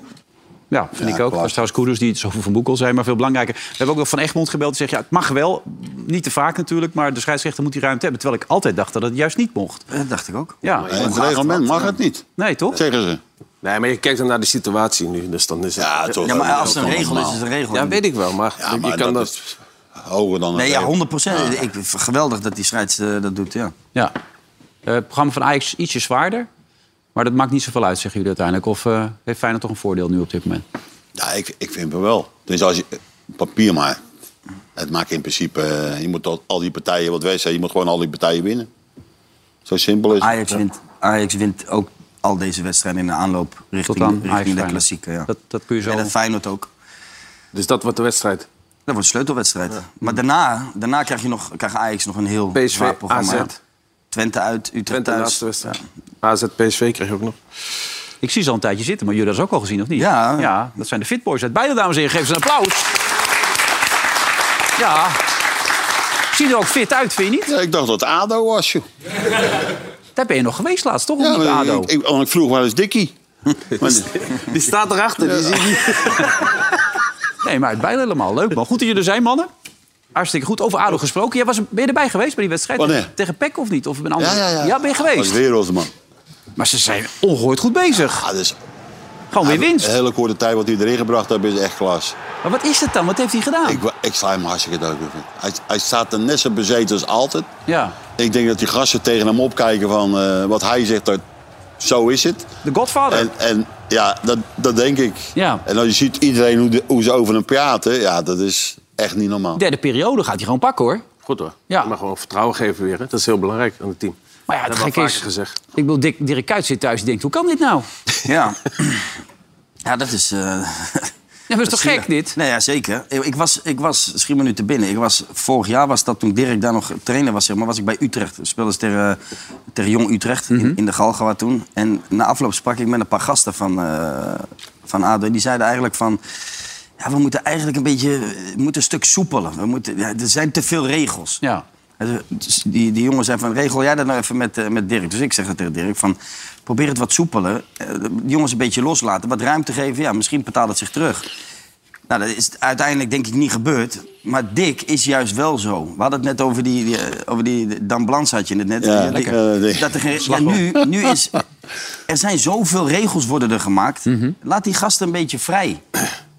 Speaker 2: Ja, vind
Speaker 3: Ja,
Speaker 2: ik ook.
Speaker 3: klaar.
Speaker 2: Dat was trouwens Koeders die het zo voor Van Boekel zei, maar veel belangrijker. We hebben ook nog Van Egmond gebeld. Die zegt, ja, het mag wel. Niet te vaak natuurlijk, maar de scheidsrechter moet die ruimte hebben. Terwijl ik altijd dacht dat het juist niet mocht.
Speaker 5: Dat dacht ik ook.
Speaker 2: Ja,
Speaker 3: In het reglement mag het niet,
Speaker 2: nee toch?
Speaker 3: zeggen ze.
Speaker 4: Nee, maar je kijkt dan naar de situatie nu. Dus dan is het...
Speaker 3: Ja, toch.
Speaker 5: Ja, maar als het
Speaker 3: dat
Speaker 5: een regel is,
Speaker 3: normaal.
Speaker 5: is het een regel.
Speaker 4: Ja, weet ik wel. Maar,
Speaker 3: Ja,
Speaker 4: je
Speaker 3: maar
Speaker 4: kan dat...
Speaker 3: is hoger dan een
Speaker 5: Nee, ja,
Speaker 3: regel.
Speaker 5: 100 procent. Ik vind het geweldig dat die scheids eh, dat doet, ja.
Speaker 2: Ja. Eh, het programma van Ajax is ietsje zwaarder. Maar dat maakt niet zoveel uit, zeggen jullie uiteindelijk. Of eh, heeft Feyenoord toch een voordeel nu op dit moment?
Speaker 3: Ja, ik, ik vind het wel. Dus als je papier maar. Het maakt in principe. eh, je moet al, al die partijen wat wij zijn. Je moet gewoon al die partijen winnen. Zo simpel
Speaker 2: Dus
Speaker 3: is het.
Speaker 5: Ajax wint, Ajax wint ook al deze wedstrijden in de aanloop
Speaker 2: Tot
Speaker 5: richting,
Speaker 2: aan
Speaker 5: richting
Speaker 2: Ajax
Speaker 5: de
Speaker 2: Feyenoord.
Speaker 5: klassieke. Ja.
Speaker 2: dat, dat kun je zo...
Speaker 5: En dat Feyenoord ook.
Speaker 4: Dus dat wordt de wedstrijd.
Speaker 5: Dat wordt een sleutelwedstrijd. Maar daarna, daarna krijg, je nog, krijg Ajax nog een heel
Speaker 4: PSV,
Speaker 5: zwaar programma.
Speaker 4: AZ.
Speaker 5: Ja. Twente uit, Utrecht
Speaker 4: Twente de
Speaker 5: thuis.
Speaker 4: laatste wedstrijd. AZ, PSV kreeg je ook nog.
Speaker 2: Ik zie ze al een tijdje zitten, maar jullie hebben ze ook al gezien, of niet?
Speaker 5: Ja.
Speaker 2: ja dat zijn de Fitboys uit beide, dames en heren. Geef ze een applaus. Ja. Zien er ook fit uit, vind je niet?
Speaker 3: Ja, ik dacht dat het ADO was, joh.
Speaker 2: Daar ben je nog geweest laatst, toch? Ja,
Speaker 3: Ja,
Speaker 2: niet
Speaker 3: maar
Speaker 2: ADO?
Speaker 3: Ik, ik, want ik vroeg wel eens Dikkie. Maar-
Speaker 4: Die staat erachter. Die zie je.
Speaker 2: Nee, maar uit beide helemaal. Leuk, man. Goed dat jullie er zijn, mannen. Hartstikke goed. Over ADO gesproken. Jij was, ben je erbij geweest bij die wedstrijd?
Speaker 3: Wanneer?
Speaker 2: Tegen PEC of niet? Of bij een andere?
Speaker 3: ja, ja, Oh, ja.
Speaker 2: ben je
Speaker 3: Dat is
Speaker 2: geweest?
Speaker 3: wereldman.
Speaker 2: Maar ze zijn ongehoord goed bezig.
Speaker 3: Ah, dus,
Speaker 2: Gewoon weer
Speaker 3: De
Speaker 2: winst.
Speaker 3: hele korte tijd wat hij erin gebracht heeft is echt klas.
Speaker 2: Maar wat is het dan? Wat heeft hij gedaan?
Speaker 3: Ik, wa- ik sla hem hartstikke dood. joh. Hij, hij staat er net zo bezeten als altijd.
Speaker 2: Ja.
Speaker 3: Ik denk dat die gasten tegen hem opkijken van eh, wat hij zegt. Dat, zo is het.
Speaker 2: De Godfather.
Speaker 3: En, en ja, dat, dat denk ik.
Speaker 2: Ja.
Speaker 3: En als je ziet iedereen hoe, de- hoe ze over hem praten, ja, dat is echt niet normaal.
Speaker 2: Derde periode gaat hij gewoon pakken, hoor.
Speaker 4: Goed hoor.
Speaker 2: Ja.
Speaker 4: Ja. Maar gewoon vertrouwen geven weer. Hè. Dat is heel belangrijk aan het team.
Speaker 2: Maar ja, het
Speaker 4: dat hebben we
Speaker 2: gekke
Speaker 4: al
Speaker 2: is...
Speaker 4: vaker gezegd.
Speaker 2: Ik bedoel, Dick, Dirk Kuyt zit thuis die denkt, hoe kan dit nou?
Speaker 5: Ja. ja, dat is... eh,
Speaker 2: maar dat is toch
Speaker 5: zielig.
Speaker 2: gek, dit?
Speaker 5: Nee, ja, zeker. Ik ik was, ik was schiet me nu te binnen. Ik was, vorig jaar was dat toen Dirk daar nog trainer was, zeg maar, was ik bij Utrecht. We speelden ze tegen, eh, tegen Jong Utrecht
Speaker 2: Mhm.
Speaker 5: in, in de Galgenwaard toen. En na afloop sprak ik met een paar gasten van, eh van ADO. En die zeiden eigenlijk van... Ja, we moeten eigenlijk een beetje... We moeten een stuk soepelen. We moeten, ja, er zijn te veel regels.
Speaker 2: Ja.
Speaker 5: Dus Die, die jongen zei van, regel jij dat nou even met, eh, met Dirk. Dus ik zeg dat tegen Dirk van, probeer het wat soepeler. Eh, De jongens een beetje loslaten, wat ruimte geven. Ja, misschien betaalt het zich terug. Nou, dat is uiteindelijk denk ik niet gebeurd. Maar Dick is juist wel zo. We hadden het net over die, die, eh, over die Dan Blans had je het net.
Speaker 3: Ja,
Speaker 5: Die-
Speaker 3: lekker. eh,
Speaker 5: die- dat er, geen- ja, nu, nu is... Er zijn zoveel regels worden er gemaakt. Laat die gasten een beetje vrij.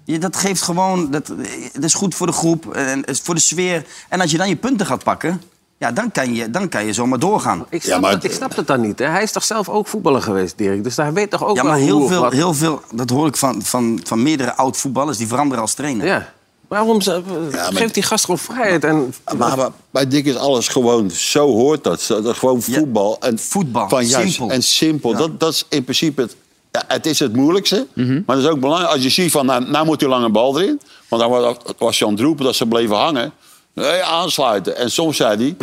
Speaker 5: Je, dat geeft gewoon... Dat, het is goed voor de groep, en, het is voor de sfeer. En als je dan je punten gaat pakken... Ja, dan kan je, dan kan je zomaar doorgaan.
Speaker 4: Ik snap, dat, ik snap dat dan niet. Hè? Hij is toch zelf ook voetballer geweest, Dirk? Dus hij weet toch ook
Speaker 5: ja,
Speaker 4: wel
Speaker 5: maar heel
Speaker 4: hoe of
Speaker 5: veel,
Speaker 4: wat-
Speaker 5: heel veel, dat hoor ik van, van, van meerdere oud-voetballers... die veranderen als trainer.
Speaker 4: Ja. Waarom ze, geeft die gast gewoon vrijheid? En,
Speaker 3: Maar, maar bij Dick is alles gewoon, zo hoort dat. Zo- dat gewoon voetbal. En
Speaker 5: voetbal,
Speaker 3: van juist,
Speaker 5: simpel.
Speaker 3: En simpel.
Speaker 5: Ja.
Speaker 3: Dat, dat is in principe het, ja, het, is het moeilijkste. Maar dat is ook belangrijk. Als je ziet van, nou, nou moet die lange bal erin. Want dan was, was je aan het roepen dat ze bleven hangen. Nee, aansluiten. En soms zei hij,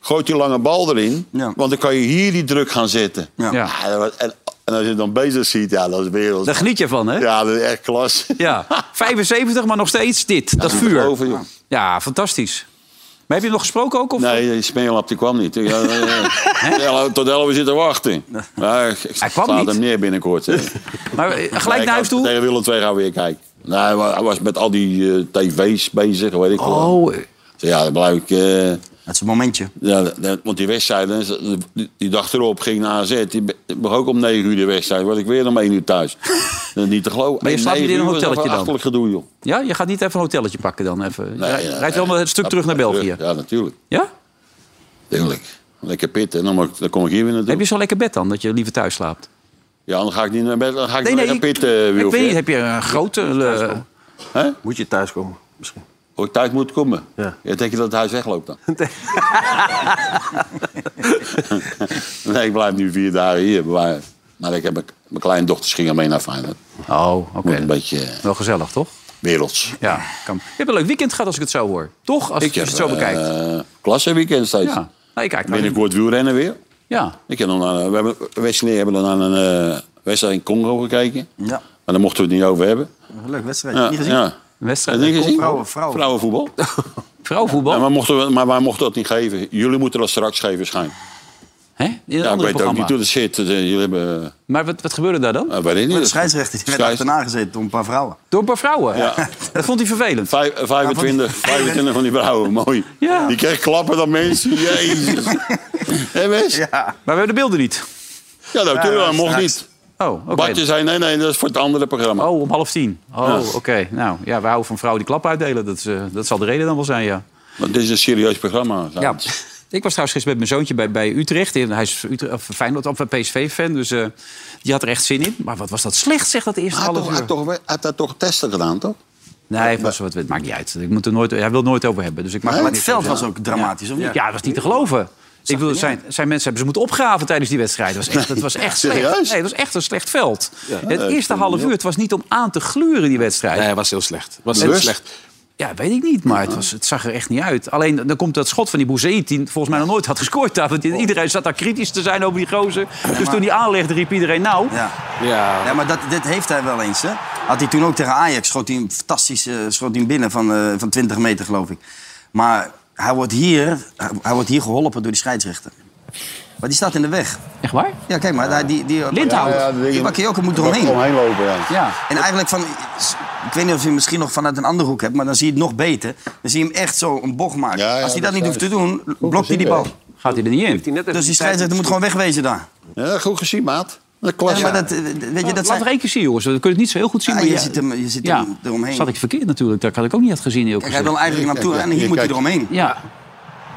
Speaker 3: gooi die lange bal erin. Want dan kan je hier die druk gaan zetten.
Speaker 2: Ja.
Speaker 3: Ja, dat was- en, en als je het dan bezig ziet, ja, dat is wereld.
Speaker 2: Daar geniet je van, hè?
Speaker 3: Ja, dat is echt klas.
Speaker 2: Ja, 75, maar nog steeds dit. dat
Speaker 3: dat
Speaker 2: vuur.
Speaker 3: over, joh.
Speaker 2: ja, fantastisch. Maar heb je hem nog gesproken ook? Of?
Speaker 3: Nee, die smeerlap die kwam niet. Ja, ja, ja. Ja, Tot elf uur zitten wachten. Ja, ik, ik
Speaker 2: Hij kwam
Speaker 3: slaat
Speaker 2: niet.
Speaker 3: hem neer binnenkort. hè.
Speaker 2: Maar eh, gelijk naar huis toe?
Speaker 3: Tegen Willem II gaan we weer kijken. Nee, hij wa- hij was met al die eh, tv's bezig, weet ik wel.
Speaker 2: Oh.
Speaker 3: Ja, dan blijf ik... eh,
Speaker 5: dat is een momentje.
Speaker 3: Ja, dat- want die wedstrijden, die- die dag erop ging naar AZ. Die be- begon ook om negen uur de wedstrijd. Was ik weer om één uur thuis. Dat is niet te geloven.
Speaker 2: Maar je
Speaker 3: En
Speaker 2: slaapt niet
Speaker 3: negen
Speaker 2: in een
Speaker 3: uur was dat
Speaker 2: hotelletje dan?
Speaker 3: achterlijk gedoe, joh.
Speaker 2: Ja, je gaat niet even een hotelletje pakken dan even.
Speaker 3: Nee,
Speaker 2: Rij-
Speaker 3: nee,
Speaker 2: Rijdt wel
Speaker 3: nee.
Speaker 2: het stuk terug naar België.
Speaker 3: Ja, natuurlijk.
Speaker 2: Ja?
Speaker 3: Tuurlijk. Lekker pitten. En dan, mag ik- dan kom ik hier weer naartoe.
Speaker 2: Heb je zo'n lekker bed dan, dat je liever thuis slaapt?
Speaker 3: Ja, dan ga ik niet naar bed. Dan ga ik
Speaker 2: Nee,
Speaker 3: naar eh,
Speaker 2: nee,
Speaker 3: naar
Speaker 2: ik-
Speaker 3: pitten, Wilfred.
Speaker 2: Ik weet niet, heb je een grote... eh,
Speaker 4: Moet je thuis komen, misschien.
Speaker 3: Hoe ik thuis moet komen.
Speaker 4: Ja.
Speaker 3: Ja, denk je dat het huis wegloopt dan? nee, ik blijf nu vier dagen hier. Maar, maar ik heb mijn, mijn kleindochters gingen mee naar Feyenoord.
Speaker 2: Oh, oké.
Speaker 3: Moet een beetje eh,
Speaker 2: Wel gezellig, toch?
Speaker 3: werelds.
Speaker 2: Ja, kan. Je hebt een leuk weekend gehad als ik het zo hoor. Toch? Als
Speaker 3: Ik
Speaker 2: je
Speaker 3: heb
Speaker 2: het zo bekijkt.
Speaker 3: eh, klasseweekend steeds.
Speaker 2: ja. Nou, ik kijk naar
Speaker 3: Binnenkort wielrennen weer.
Speaker 2: Ja.
Speaker 3: Ik heb nog naar, we hebben, Wesley hebben dan aan een eh, wedstrijd in Congo gekeken.
Speaker 5: Ja,
Speaker 3: Maar daar mochten we het niet over hebben.
Speaker 5: een leuk wedstrijd.
Speaker 3: Ja,
Speaker 5: niet gezien?
Speaker 3: ja. Heb
Speaker 2: Wedstrijd.
Speaker 3: je het niet gezien?
Speaker 5: Vrouwen- vrouwen.
Speaker 3: Vrouwenvoetbal.
Speaker 2: Vrouwenvoetbal?
Speaker 3: Ja, maar, mochten we, maar wij mochten dat niet geven. Jullie moeten dat straks geven, waarschijnlijk.
Speaker 2: Hè? In een
Speaker 3: Ja, ik
Speaker 2: andere
Speaker 3: weet ook
Speaker 2: programma.
Speaker 3: niet hoe dat zit. Eh, Jullie hebben... eh,
Speaker 2: Maar wat, wat gebeurde daar dan?
Speaker 3: Nou, weet ik niet.
Speaker 5: Maar de scheidsrechter die werd
Speaker 3: Scheids-
Speaker 5: achterna gezeten door een paar vrouwen.
Speaker 2: Door een paar vrouwen.
Speaker 3: Ja.
Speaker 2: Dat vond hij vervelend.
Speaker 3: Vijf- eh, 25, 25 van die vrouwen, mooi.
Speaker 2: Ja.
Speaker 3: Die kreeg klappen dan mensen. Jezus. Hé, Wes? Ja,
Speaker 2: Maar we hebben de beelden niet.
Speaker 3: dat natuurlijk, dat mocht
Speaker 5: straks.
Speaker 3: niet.
Speaker 2: Oh, oké.
Speaker 3: Bartje zei, nee, nee, dat is voor het andere programma.
Speaker 2: Oh, om half tien. Oh, oké. Nou, ja, we houden van vrouwen die klap uitdelen. Dat, is, eh, dat zal de reden dan wel zijn, ja.
Speaker 3: Want dit is een serieus programma.
Speaker 2: Ja.
Speaker 3: Ja.
Speaker 2: Ik was trouwens gisteren met mijn zoontje bij, bij Utrecht. Hij is Utrecht, of Feyenoord, of PSV-fan. Dus eh, die had er echt zin in. Maar wat was dat slecht, zegt dat eerste
Speaker 3: Hij had,
Speaker 2: half
Speaker 3: toch,
Speaker 2: uur.
Speaker 3: had, toch, hij had daar toch testen gedaan, toch?
Speaker 2: Nee, hij was, wat, het maakt niet uit. Ik moet er nooit, hij wil het nooit over hebben. Dus ik mag
Speaker 3: Nee?
Speaker 2: er
Speaker 5: Maar
Speaker 2: niet
Speaker 5: het veld
Speaker 2: over
Speaker 5: was ook dramatisch, of niet?
Speaker 2: zeggen. Ja, dat was niet te geloven. Ik bedoel, zijn, zijn mensen hebben ze moeten opgraven tijdens die wedstrijd. Dat was echt, dat was echt slecht.
Speaker 3: Serieus?
Speaker 2: Nee, dat was echt een slecht veld. het eerste half uur, het was niet om aan te gluren, die wedstrijd.
Speaker 4: Nee, hij was heel slecht. Was heel
Speaker 3: Rust?
Speaker 4: slecht.
Speaker 2: Ja, weet ik niet, maar het, was, het zag er echt niet uit. Alleen, dan komt dat schot van die Bouzeit, die volgens mij nog nooit had gescoord. daar. Want iedereen zat daar kritisch te zijn over die gozer. Dus toen die aanlegde, riep iedereen nou.
Speaker 5: Ja.
Speaker 4: Ja.
Speaker 5: Ja, maar dat, dit heeft hij wel eens. Hè? Had hij toen ook tegen Ajax. Schoot hij een fantastische schoot hij hem binnen van, eh, van 20 meter, geloof ik. Maar hij wordt, hier, hij, hij wordt hier geholpen door die scheidsrechter. Maar die staat in de weg.
Speaker 2: Echt waar?
Speaker 5: Ja, kijk maar. daar- Die, die,
Speaker 2: Lindhout.
Speaker 5: Ja, ja, die Bakayoko moet eromheen.
Speaker 3: Omheen lopen, ja.
Speaker 2: Ja.
Speaker 5: En eigenlijk van... Ik weet niet of je hem misschien nog vanuit een andere hoek hebt, maar dan zie je het nog beter. Dan zie je hem echt zo een bocht maken.
Speaker 3: Ja, ja,
Speaker 5: Als hij
Speaker 3: dat
Speaker 5: dat niet hoeft te doen, blokt hij
Speaker 3: gezien,
Speaker 5: die
Speaker 3: hè?
Speaker 5: bal.
Speaker 2: Gaat hij er niet in?
Speaker 5: Dus die scheidsrechter moet gewoon wegwezen daar.
Speaker 3: Ja, goed gezien, maat. Dat
Speaker 5: Ja,
Speaker 3: klas.
Speaker 5: maar dat, eh, weet je, dat
Speaker 2: Laat
Speaker 5: zijn...
Speaker 2: er één keer zien, jongens. We kunnen het niet zo heel goed zien.
Speaker 5: Ja,
Speaker 2: maar
Speaker 5: je ziet hem- je ziet hem eromheen.
Speaker 2: Zat ik verkeerd natuurlijk. Dat had ik ook niet had gezien. Heel
Speaker 5: Kijk, hij
Speaker 2: gezien.
Speaker 5: wil eigenlijk naartoe en hier
Speaker 3: hier,
Speaker 5: moet hij
Speaker 3: kijk.
Speaker 5: eromheen.
Speaker 2: Ja,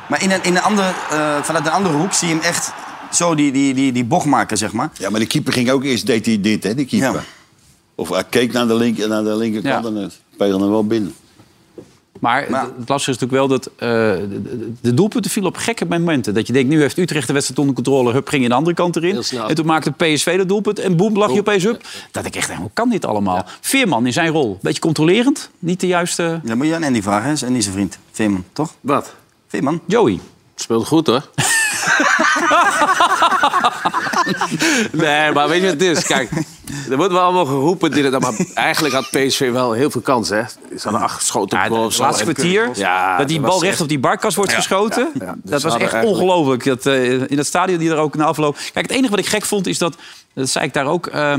Speaker 5: Maar in een, in een andere, eh, vanuit een andere hoek zie je hem echt zo die, die, die, die bocht maken, zeg maar.
Speaker 3: Ja, maar de keeper ging ook eerst, deed hij dit, hè, die keeper.
Speaker 5: Ja.
Speaker 3: Of hij keek naar de, linker, naar de linkerkant
Speaker 2: Ja.
Speaker 3: en het speelde hem wel binnen.
Speaker 2: Maar het- het lastige is natuurlijk wel dat eh, de- de, de doelpunten vielen op gekke momenten. Dat je denkt, nu heeft Utrecht de wedstrijd onder controle. Hup, ging je de andere kant erin. En toen maakte PSV dat doelpunt en boem, lag je opeens up. Dat ik echt dacht, hoe kan dit allemaal? Veerman in zijn rol, beetje controlerend. Niet de juiste...
Speaker 5: Dat moet je aan Andy vragen, hè? Andy zijn vriend. Veerman, toch?
Speaker 4: Wat?
Speaker 5: Veerman.
Speaker 2: Joey.
Speaker 4: Speelt goed, hoor. Nee, maar weet je wat het is? Kijk, er wordt wel allemaal geroepen. Dit, en dat, maar eigenlijk had PSV wel heel veel kans, hè? Ze hadden acht geschoten op goal.
Speaker 2: Het laatste kwartier, dat die bal recht op die barkas wordt
Speaker 4: Ja,
Speaker 2: geschoten.
Speaker 4: ja, ja. Dus
Speaker 2: dat
Speaker 4: ze
Speaker 2: was
Speaker 4: hadden
Speaker 2: echt
Speaker 4: eigenlijk-
Speaker 2: ongelooflijk. Dat, eh, in dat stadion die er ook na afloop... Kijk, het enige wat ik gek vond is dat... Dat zei ik daar ook. eh,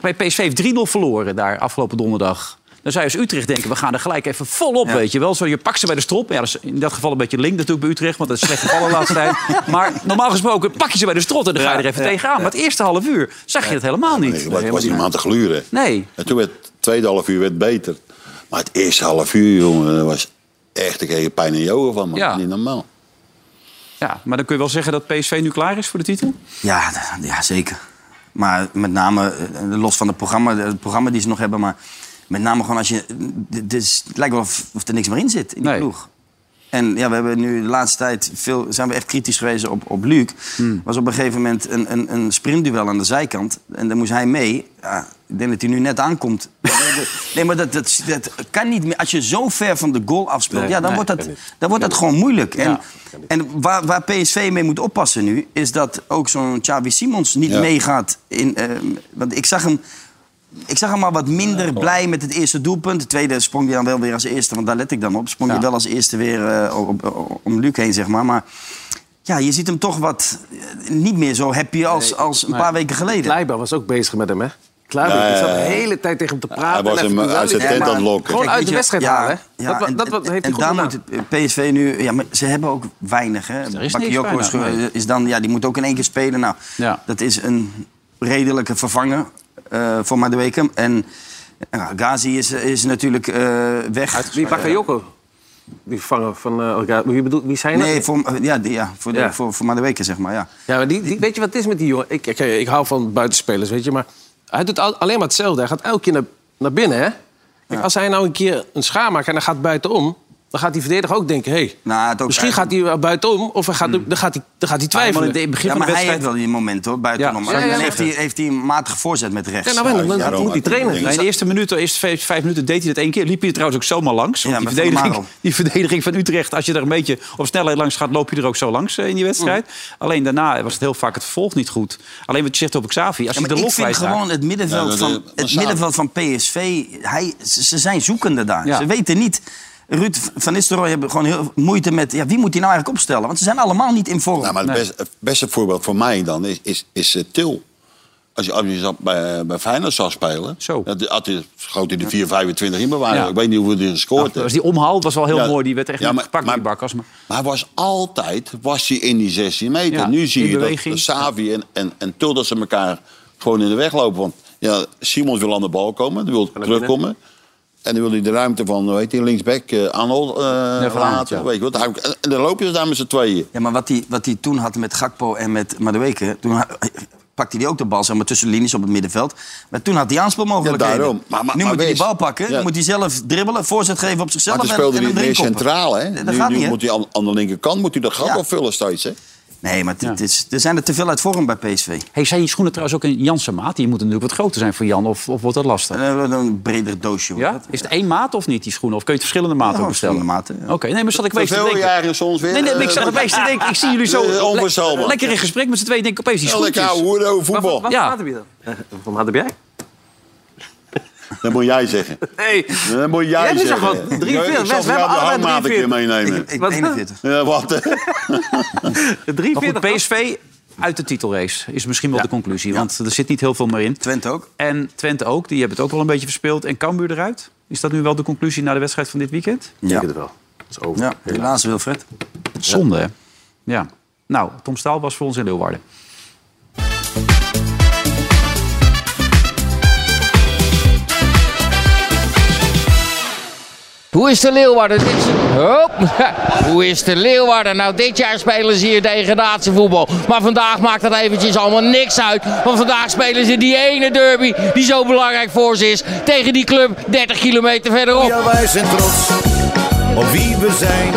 Speaker 2: bij PSV heeft 3-0 verloren daar afgelopen donderdag. Dan zou je als Utrecht denken, we gaan er gelijk even volop, weet je wel. Zo, je pakt ze bij de strop. Ja, dat is in dat geval een beetje link natuurlijk bij Utrecht, want dat is slecht gevallen de laatste tijd. Maar normaal gesproken pak je ze bij de strot en dan ga je er even tegenaan. Maar het eerste half uur zag je het helemaal niet.
Speaker 3: Nee, het was niet aan te gluren.
Speaker 2: Nee.
Speaker 3: En toen werd het tweede half uur werd beter. Maar het eerste half uur, jongen, dat was echt... Ik kreeg er pijn in je ogen van, man.
Speaker 2: Ja.
Speaker 3: Niet normaal.
Speaker 2: Ja, maar dan kun je wel zeggen dat PSV nu klaar is voor de titel?
Speaker 5: Ja, d- ja, zeker. Maar met name, eh, los van het programma, het programma die ze nog hebben... maar met name gewoon als je... Het, is, het lijkt wel of, of er niks meer in zit in die ploeg. En ja, we hebben nu de laatste tijd veel, zijn we echt kritisch geweest op, op Luc.
Speaker 4: Hmm.
Speaker 5: was op een gegeven moment een, een, een sprintduel aan de zijkant. En daar moest hij mee. Ja, ik denk dat hij nu net aankomt. nee, maar dat, dat, dat kan niet meer. Als je zo ver van de goal afspeelt,
Speaker 4: Nee,
Speaker 5: ja, dan,
Speaker 4: nee,
Speaker 5: wordt dat,
Speaker 4: kan niet.
Speaker 5: dan wordt dat gewoon moeilijk. En, en waar, waar PSV mee moet oppassen nu... is dat ook zo'n Xavi Simons niet
Speaker 3: Ja.
Speaker 5: meegaat. In, eh, want ik zag hem ik zag hem maar wat minder blij met het eerste doelpunt. De tweede sprong hij dan wel weer als eerste, want daar let ik dan op. Sprong hij wel als eerste weer eh, op- op- om Luc heen, zeg maar. Maar ja, je ziet hem toch wat eh, niet meer zo happy als, als een paar weken geleden.
Speaker 4: Kleiber was ook bezig met hem, hè? Kleiber,
Speaker 3: Ja, ja,
Speaker 4: ik zat de
Speaker 3: ja.
Speaker 4: hele tijd tegen hem te praten.
Speaker 3: Hij was
Speaker 4: en
Speaker 3: hem
Speaker 4: even-
Speaker 3: uit zijn
Speaker 4: Ja,
Speaker 3: tent
Speaker 4: maar
Speaker 3: aan het lokken.
Speaker 4: Gewoon
Speaker 5: Kijk,
Speaker 4: uit
Speaker 5: weet
Speaker 4: de
Speaker 5: je,
Speaker 4: wedstrijd
Speaker 5: ja,
Speaker 4: halen. hè?
Speaker 5: ja,
Speaker 4: Dat, wa-
Speaker 5: en-
Speaker 4: dat, wat
Speaker 5: en-
Speaker 4: heeft hij
Speaker 5: en
Speaker 4: goed
Speaker 5: daar
Speaker 4: gedaan.
Speaker 5: moet het- PSV nu... Ja, maar ze hebben ook weinig, hè.
Speaker 2: niks
Speaker 5: Bakayoko
Speaker 2: bijna,
Speaker 5: is, ge-
Speaker 2: nee.
Speaker 5: is dan... Ja, die moet ook in één keer spelen. Nou,
Speaker 2: Ja.
Speaker 5: dat is een redelijke vervanger eh, voor Madueke. En ja, Ghazi is, is natuurlijk eh, weg.
Speaker 4: Wie Bakayoko? Die vervanger van eh, elkaar. Wie, bedoel, wie zijn dat?
Speaker 5: Nee, voor, ja, die- ja, voor, de-
Speaker 4: Ja.
Speaker 5: voor, voor Madueke, zeg maar, ja.
Speaker 4: Ja, maar die, die- weet je wat het is met die jongen? Ik, ik, ik hou van buitenspelers, weet je. Maar hij doet al- alleen maar hetzelfde. Hij gaat elke keer naar, naar binnen, hè? Kijk, Als hij nou een keer een schaar maakt en hij gaat buitenom... dan gaat die verdediger ook denken... Hey,
Speaker 5: Nou, het ook
Speaker 4: misschien gaat hij wel buitenom of hij gaat, dan, gaat hij, dan gaat hij twijfelen.
Speaker 2: in het begin
Speaker 5: ja,
Speaker 2: van
Speaker 5: maar
Speaker 2: de
Speaker 5: hij
Speaker 2: wedstrijd...
Speaker 5: heeft wel die moment hoor, buitenom.
Speaker 2: Ja,
Speaker 5: Maar
Speaker 2: ja, ja,
Speaker 5: dan
Speaker 2: ja.
Speaker 5: heeft hij, heeft hij een matige voorzet met rechts.
Speaker 4: Ja, nou, dan, dan,
Speaker 3: Ja,
Speaker 4: moet hij trainen.
Speaker 2: Nee, in de eerste minuut, de eerste vijf, vijf minuten deed hij dat één keer. Liep hij er trouwens ook zomaar langs. Want
Speaker 5: Ja,
Speaker 2: die,
Speaker 5: met Van der
Speaker 2: verdediging,
Speaker 5: Marel.
Speaker 2: die verdediging van Utrecht, als je er een beetje op snelheid langs gaat, loop je er ook zo langs eh, in die
Speaker 5: Mm.
Speaker 2: wedstrijd. Alleen daarna was het heel vaak het vervolg niet goed. Alleen wat je zegt op Xavi, als
Speaker 5: Ja,
Speaker 2: je de
Speaker 5: maar ik
Speaker 2: lol
Speaker 5: vind
Speaker 2: kwijt
Speaker 5: gewoon het
Speaker 3: Ja,
Speaker 5: middenveld,
Speaker 3: dat, eh,
Speaker 5: van, het
Speaker 3: Massaal.
Speaker 5: middenveld van PSV... Hij, ze ze zijn zoekende daar.
Speaker 2: Ja.
Speaker 5: Ze weten niet... Ruud van Nistelrooy hebben gewoon heel moeite met... Ja, wie moet hij nou eigenlijk opstellen? Want ze zijn allemaal niet in vorm.
Speaker 3: Nou, maar het best- het beste voorbeeld voor mij dan is, is, is eh, Til. Als je, als je zat bij, bij Feyenoord zou spelen...
Speaker 2: Zo.
Speaker 3: Dat, had hij- schoot hij de 4,25 in bewaren.
Speaker 2: Ja.
Speaker 3: Ik weet niet hoeveel hij gescoord
Speaker 2: was
Speaker 3: heeft.
Speaker 2: die omhaal was wel heel
Speaker 3: Ja,
Speaker 2: mooi. Die werd echt
Speaker 3: ja,
Speaker 2: niet
Speaker 3: maar-
Speaker 2: gepakt maar, die
Speaker 3: maar-
Speaker 2: Barkas. Maar,
Speaker 3: Maar hij was altijd was hij in die 16 meter.
Speaker 2: Ja,
Speaker 3: nu zie
Speaker 2: in
Speaker 3: je dat,
Speaker 2: beweging.
Speaker 3: dat Savi en, en, en Tulder ze elkaar gewoon in de weg lopen. Want ja, Simons wil aan de bal komen, die wil terugkomen. En dan wil hij de ruimte van, hoe heet die, linksback, eh Arnold eh, laten.
Speaker 2: ja.
Speaker 3: Weet je wat. Hij- En, en dan lopen ze daar met z'n tweeën.
Speaker 5: Ja, maar wat hij wat die toen had met Gakpo en met Madueke... toen ha- pakte hij ook de bal zeg maar, tussen de linies op het middenveld. Maar toen had hij aanspelmogelijkheden.
Speaker 3: Ja, daarom. Maar- maar-
Speaker 5: nu
Speaker 3: maar
Speaker 5: moet hij die
Speaker 3: wees-
Speaker 5: bal pakken,
Speaker 3: Ja.
Speaker 5: moet hij zelf dribbelen... voorzet geven op
Speaker 3: Maar
Speaker 5: zichzelf
Speaker 3: toen
Speaker 5: en-
Speaker 3: speelde
Speaker 5: en
Speaker 3: hij
Speaker 5: hem
Speaker 3: meer
Speaker 5: erin koppen.
Speaker 3: centraal, hè?
Speaker 5: Dat
Speaker 3: nu
Speaker 5: gaat
Speaker 3: nu
Speaker 5: niet, hè?
Speaker 3: moet hij aan, aan de linkerkant moet hij dat gat
Speaker 5: Ja.
Speaker 3: opvullen steeds, hè?
Speaker 5: Nee, maar het- het is, er zijn er te veel uit vorm bij PSV.
Speaker 2: hey, zijn je schoenen trouwens ook in Jansen maat? Die moeten natuurlijk wat groter zijn voor Jan, of, of wordt dat lastig?
Speaker 5: En dan hebben we dan Eh, een breder doosje. hoor.
Speaker 2: Ja? Is het één maat of niet, die schoenen? Of kun je het verschillende maten
Speaker 5: Ja,
Speaker 2: ook bestellen?
Speaker 5: verschillende maten, ja.
Speaker 2: Oké, nee, maar zat ik wees te
Speaker 3: Veel
Speaker 2: denken.
Speaker 3: jaren soms weer.
Speaker 2: Nee, nee, maar ik zat
Speaker 3: eh,
Speaker 2: opeens te denken. Ik zie jullie
Speaker 3: Eh,
Speaker 2: zo
Speaker 3: onverzoenbaar.
Speaker 2: le- lekker in gesprek met z'n tweeën. Denk ik opeens die
Speaker 3: Ja, Lekker
Speaker 2: schoentjes.
Speaker 3: ouwe hoeren over voetbal.
Speaker 4: Wat
Speaker 2: Ja.
Speaker 4: ja. had hij dan? Wat had jij?
Speaker 3: Dat moet jij zeggen.
Speaker 4: Nee.
Speaker 3: Dat moet jij
Speaker 4: Jij bent
Speaker 3: zeggen.
Speaker 4: toch gewoon drie
Speaker 3: Ja, ik
Speaker 4: veel.
Speaker 3: zal
Speaker 4: We-
Speaker 3: voor
Speaker 4: we
Speaker 3: jou
Speaker 4: hebben
Speaker 3: de
Speaker 4: allebei
Speaker 3: hangmaat een
Speaker 4: drie
Speaker 3: keer
Speaker 4: veel.
Speaker 3: meenemen.
Speaker 5: Ik, ik,
Speaker 4: Wat?
Speaker 5: 41.
Speaker 3: Ja, wat? hè?
Speaker 2: Maar goed,
Speaker 4: 43.
Speaker 2: PSV uit de titelrace is misschien wel de conclusie. Want er zit niet heel veel meer in.
Speaker 5: Twente ook.
Speaker 2: En Twente ook, die hebben het ook wel een beetje verspeeld. En Cambuur eruit. Is dat nu wel de conclusie na de wedstrijd van dit weekend?
Speaker 5: Ja,
Speaker 4: Ik denk het wel. Dat is over.
Speaker 5: ja helaas Wilfred.
Speaker 2: Zonde, hè? Ja. Nou, Tom Staal was voor ons in Leeuwarden.
Speaker 13: Hoe is de Leeuwarden dit Hop. Hoe is de Leeuwarden? Nou, dit jaar spelen ze hier degradatievoetbal. Maar vandaag maakt dat eventjes allemaal niks uit. Want vandaag spelen ze die ene derby die zo belangrijk voor ze is. Tegen die club 30 kilometer verderop.
Speaker 14: Ja, wij zijn trots. op wie we zijn.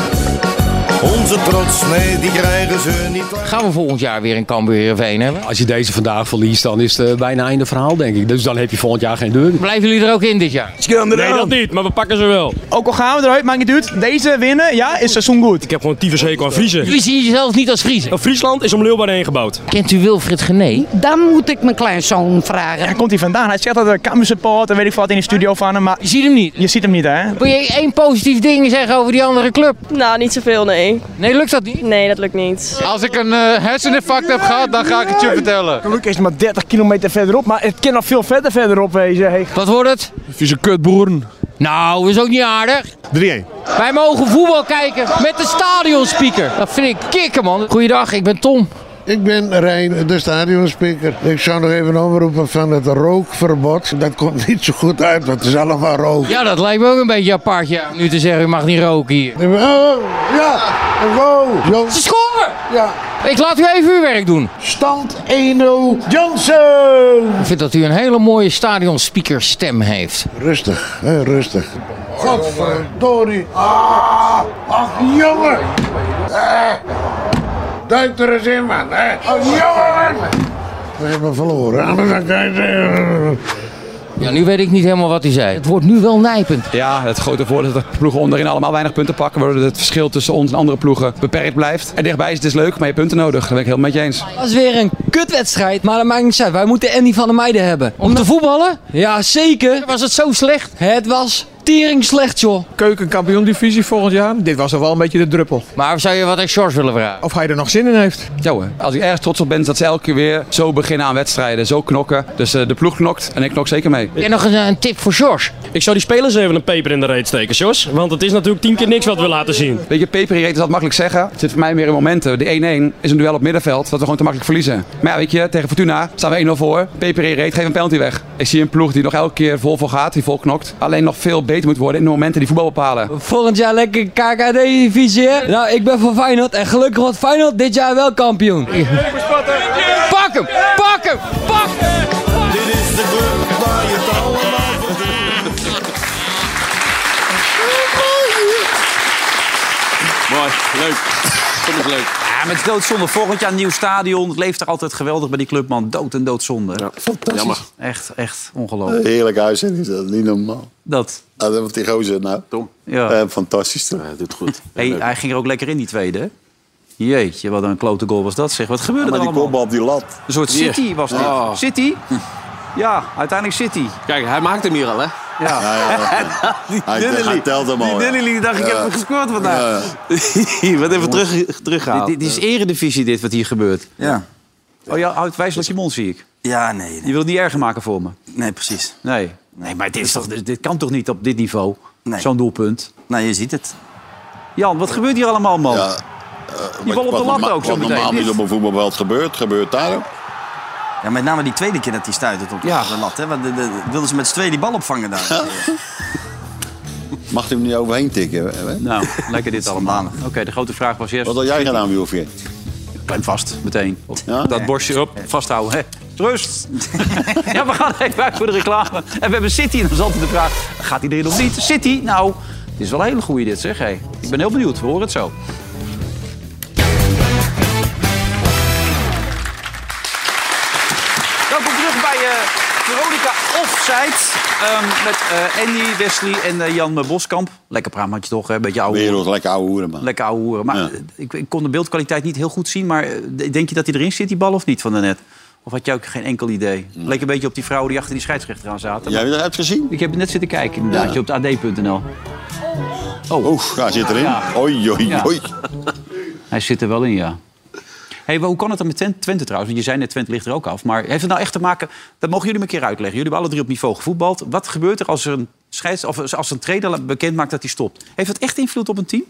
Speaker 14: Onze trots, nee, die krijgen ze niet.
Speaker 13: Gaan we volgend jaar weer in Cambuur Heerenveen hebben?
Speaker 15: Als je deze vandaag verliest, dan is het eh, bijna einde verhaal, denk ik. Dus dan heb je volgend jaar geen deur.
Speaker 13: Blijven jullie er ook in dit jaar?
Speaker 15: Nee, dat
Speaker 16: niet, maar we pakken ze wel. Ook al gaan we eruit, maakt niet uit. Deze winnen, ja, is seizoen goed. Ik heb gewoon tyfus hekel aan Vriezen.
Speaker 13: Jullie zien jezelf niet als Vriezen?
Speaker 16: Friesland is om Leeuwarden heen gebouwd.
Speaker 13: Kent u Wilfried Gené?
Speaker 17: Dan moet ik mijn kleinzoon vragen.
Speaker 16: Komt hij vandaan? Hij zegt dat er Camus support en weet ik wat in de studio van hem, maar... Je
Speaker 13: ziet hem niet?
Speaker 16: Je ziet hem niet, hè?
Speaker 13: Wil je één positief ding zeggen over die andere club?
Speaker 18: Nou, niet zoveel, nee.
Speaker 13: Nee, lukt dat niet?
Speaker 18: Nee, dat lukt niet.
Speaker 19: Als ik een eh, herseninfarct heb gehad, dan ga ik het je vertellen.
Speaker 16: Gelukkig is het maar 30 kilometer verderop, maar het kan nog veel verder verderop wezen. Hey.
Speaker 13: Wat wordt het?
Speaker 16: Vieze kutboeren.
Speaker 13: Nou, is ook niet aardig. 3-1. Wij mogen voetbal kijken met de stadionspeaker. Dat vind ik kicken, man. Goeiedag, ik ben Tom.
Speaker 7: Ik ben Rijn, de stadionspeaker. Ik zou nog even omroepen van het rookverbod. Dat komt niet zo goed uit, want het is allemaal rook.
Speaker 13: Ja, dat lijkt me ook een beetje apart, ja. om Nu te zeggen, u mag niet roken hier.
Speaker 7: Oh, ja, een goal.
Speaker 13: Ze scoren!
Speaker 7: Ja.
Speaker 13: Ik laat u even uw werk doen.
Speaker 7: Stand 1-0, Johnson!
Speaker 13: Ik vind dat u een hele mooie stadionspeakerstem heeft.
Speaker 7: Rustig, hè, rustig. Godverdorie. Ah, ach, jongen. Eh, duik er eens in, man. Eh. Ach, jongen. We hebben verloren. Anders dan kan je zeggen,
Speaker 13: Ja, nu weet ik niet helemaal wat hij zei. Het wordt nu wel nijpend.
Speaker 15: Ja, het grote voordeel is dat de ploegen onderin allemaal weinig punten pakken. Waardoor het verschil tussen ons en andere ploegen beperkt blijft. En dichtbij is het dus leuk, maar je hebt punten nodig. Daar ben ik helemaal met je eens.
Speaker 20: Dat is weer een kutwedstrijd, maar dat maakt niks uit. Wij moeten Andy van der Meijden hebben.
Speaker 13: Om te voetballen?
Speaker 20: Ja, zeker.
Speaker 13: Was het zo slecht?
Speaker 20: Het was tering slecht, joh.
Speaker 21: Keukenkampioen-divisie volgend jaar. Dit was toch wel een beetje de druppel.
Speaker 13: Maar zou je wat aan Sjors willen vragen?
Speaker 21: Of hij er nog zin in heeft.
Speaker 15: Ja hoor, als ik erg trots op ben, is dat ze elke keer weer zo beginnen aan wedstrijden. Zo knokken. Dus eh, de ploeg knokt en ik knok zeker mee.
Speaker 13: Heb jij nog een, een tip voor Sjors?
Speaker 16: Ik zou die spelers even een peper in de reet steken, Jos. Want het is natuurlijk tien keer niks wat we laten zien.
Speaker 15: Weet je, peper is dat makkelijk zeggen. Het zit voor mij meer in momenten. De 1-1 is een duel op middenveld dat we gewoon te makkelijk verliezen. Maar ja, weet je, tegen Fortuna staan we 1-0 voor. Peper reed, geef een penalty weg. Ik zie een ploeg die nog elke keer vol voor gaat, die vol knokt. Alleen nog veel beter moet worden in de momenten die voetbal bepalen.
Speaker 20: Volgend jaar lekker KKD-divisie, hè? Nou, ik ben voor Feyenoord en gelukkig wordt Feyenoord dit jaar wel kampioen.
Speaker 13: Pak hem! Pak hem! Pak hem!
Speaker 14: Dit is de club waar je het allemaal voor
Speaker 2: Mooi, leuk. Vond ik leuk. Ja, met doodzonde. Volgend jaar een nieuw stadion. Het leeft er altijd geweldig bij die clubman. Dood en doodzonde. Fantastisch.
Speaker 3: Jammer.
Speaker 2: Echt, echt
Speaker 3: Een
Speaker 2: ongelooflijk.
Speaker 3: Heerlijk huis hè, is dat, niet normaal.
Speaker 2: Dat.
Speaker 3: Ah, dat wat die gozer nou. Tom.
Speaker 2: Ja.
Speaker 15: Eh,
Speaker 3: fantastisch toch?
Speaker 2: doet goed. Hey, hij ging er ook lekker in, die tweede. hè? Jeetje, wat een klote goal was dat zeg. Wat gebeurde
Speaker 3: Ja, maar
Speaker 2: er
Speaker 3: die
Speaker 2: allemaal?
Speaker 3: kopbal op die lat.
Speaker 2: Een soort
Speaker 3: Hier.
Speaker 2: City was dit.
Speaker 3: Oh.
Speaker 2: City? Ja, uiteindelijk City.
Speaker 4: Kijk, hij maakt hem hier al, hè?
Speaker 2: Ja.
Speaker 3: die Hij-
Speaker 2: Dillily.
Speaker 3: hij telt hem al,
Speaker 2: Die
Speaker 3: ja.
Speaker 2: Dillily die dacht, ik
Speaker 3: Ja.
Speaker 2: heb gescoord vandaag. Wat even terug, teruggehaald. Dit, dit is eredivisie, dit wat hier gebeurt.
Speaker 5: Ja.
Speaker 2: Oh, ja, houdt wijselijk je mond, zie ik.
Speaker 5: Ja, nee. nee.
Speaker 2: Je wilt het niet erger maken voor me.
Speaker 5: Nee, precies.
Speaker 2: Nee. Nee, maar dit, is toch, dit dit kan toch niet op dit niveau? Zo'n doelpunt.
Speaker 5: Nou, je ziet het.
Speaker 2: Jan, wat gebeurt hier allemaal, man? die bal op de lat ook zo
Speaker 3: Wat normaal
Speaker 2: meteen.
Speaker 3: niet op een voetbalveld gebeurt, gebeurt daar ook.
Speaker 5: Ja, met name die tweede keer dat hij stuit het op de lat. Hè? Want de, de- wilden ze met z'n tweeën die bal opvangen daar.
Speaker 3: Mag hij hem niet overheen tikken? Hè?
Speaker 2: Nou, lekker dit allemaal. Oké, de grote vraag was eerst...
Speaker 3: Wat had jij gedaan, Wilfried?
Speaker 2: Klem vast, meteen. Op Dat borstje op, vasthouden. Hè. Rust. ja, we gaan even uit voor de reclame. En we hebben City. En dan is altijd de vraag, gaat hij erin of niet? City, nou, het is wel een hele goede dit, zeg. Hey. Ik ben heel benieuwd, we horen het zo. Welkom terug bij eh, Veronica Offside. Ehm, met eh, Andy, Wesley en eh, Jan Boskamp. Lekker praatje toch, hè? beetje oude
Speaker 3: Wereld, lekker ouwe hoeren, man.
Speaker 2: Lekker ouwe hoeren. Maar eh, ik, ik kon de beeldkwaliteit niet heel goed zien. Maar eh, denk je dat hij erin zit, die bal, of niet van daarnet? Of had jij ook geen enkel idee? Leek een beetje op die vrouwen die achter die scheidsrechter aan zaten.
Speaker 3: Jij hebt het gezien?
Speaker 2: Ik heb het net zitten kijken, inderdaad.
Speaker 3: Ja.
Speaker 2: je Op het ad.nl. Oh,
Speaker 3: Oef, hij zit erin.
Speaker 2: Ja.
Speaker 3: Oei, oei,
Speaker 2: Ja.
Speaker 3: oei.
Speaker 2: Hij zit er wel in, ja. Hey, maar hoe kan het dan met Twen- Twente trouwens? Want je zei net, Twente ligt er ook af. Maar heeft het nou echt te maken... Dat mogen jullie me een keer uitleggen. Jullie hebben alle drie op niveau gevoetbald. Wat gebeurt er als, er een, scheids, of als een trainer bekend maakt dat hij stopt? Heeft dat echt invloed op een team?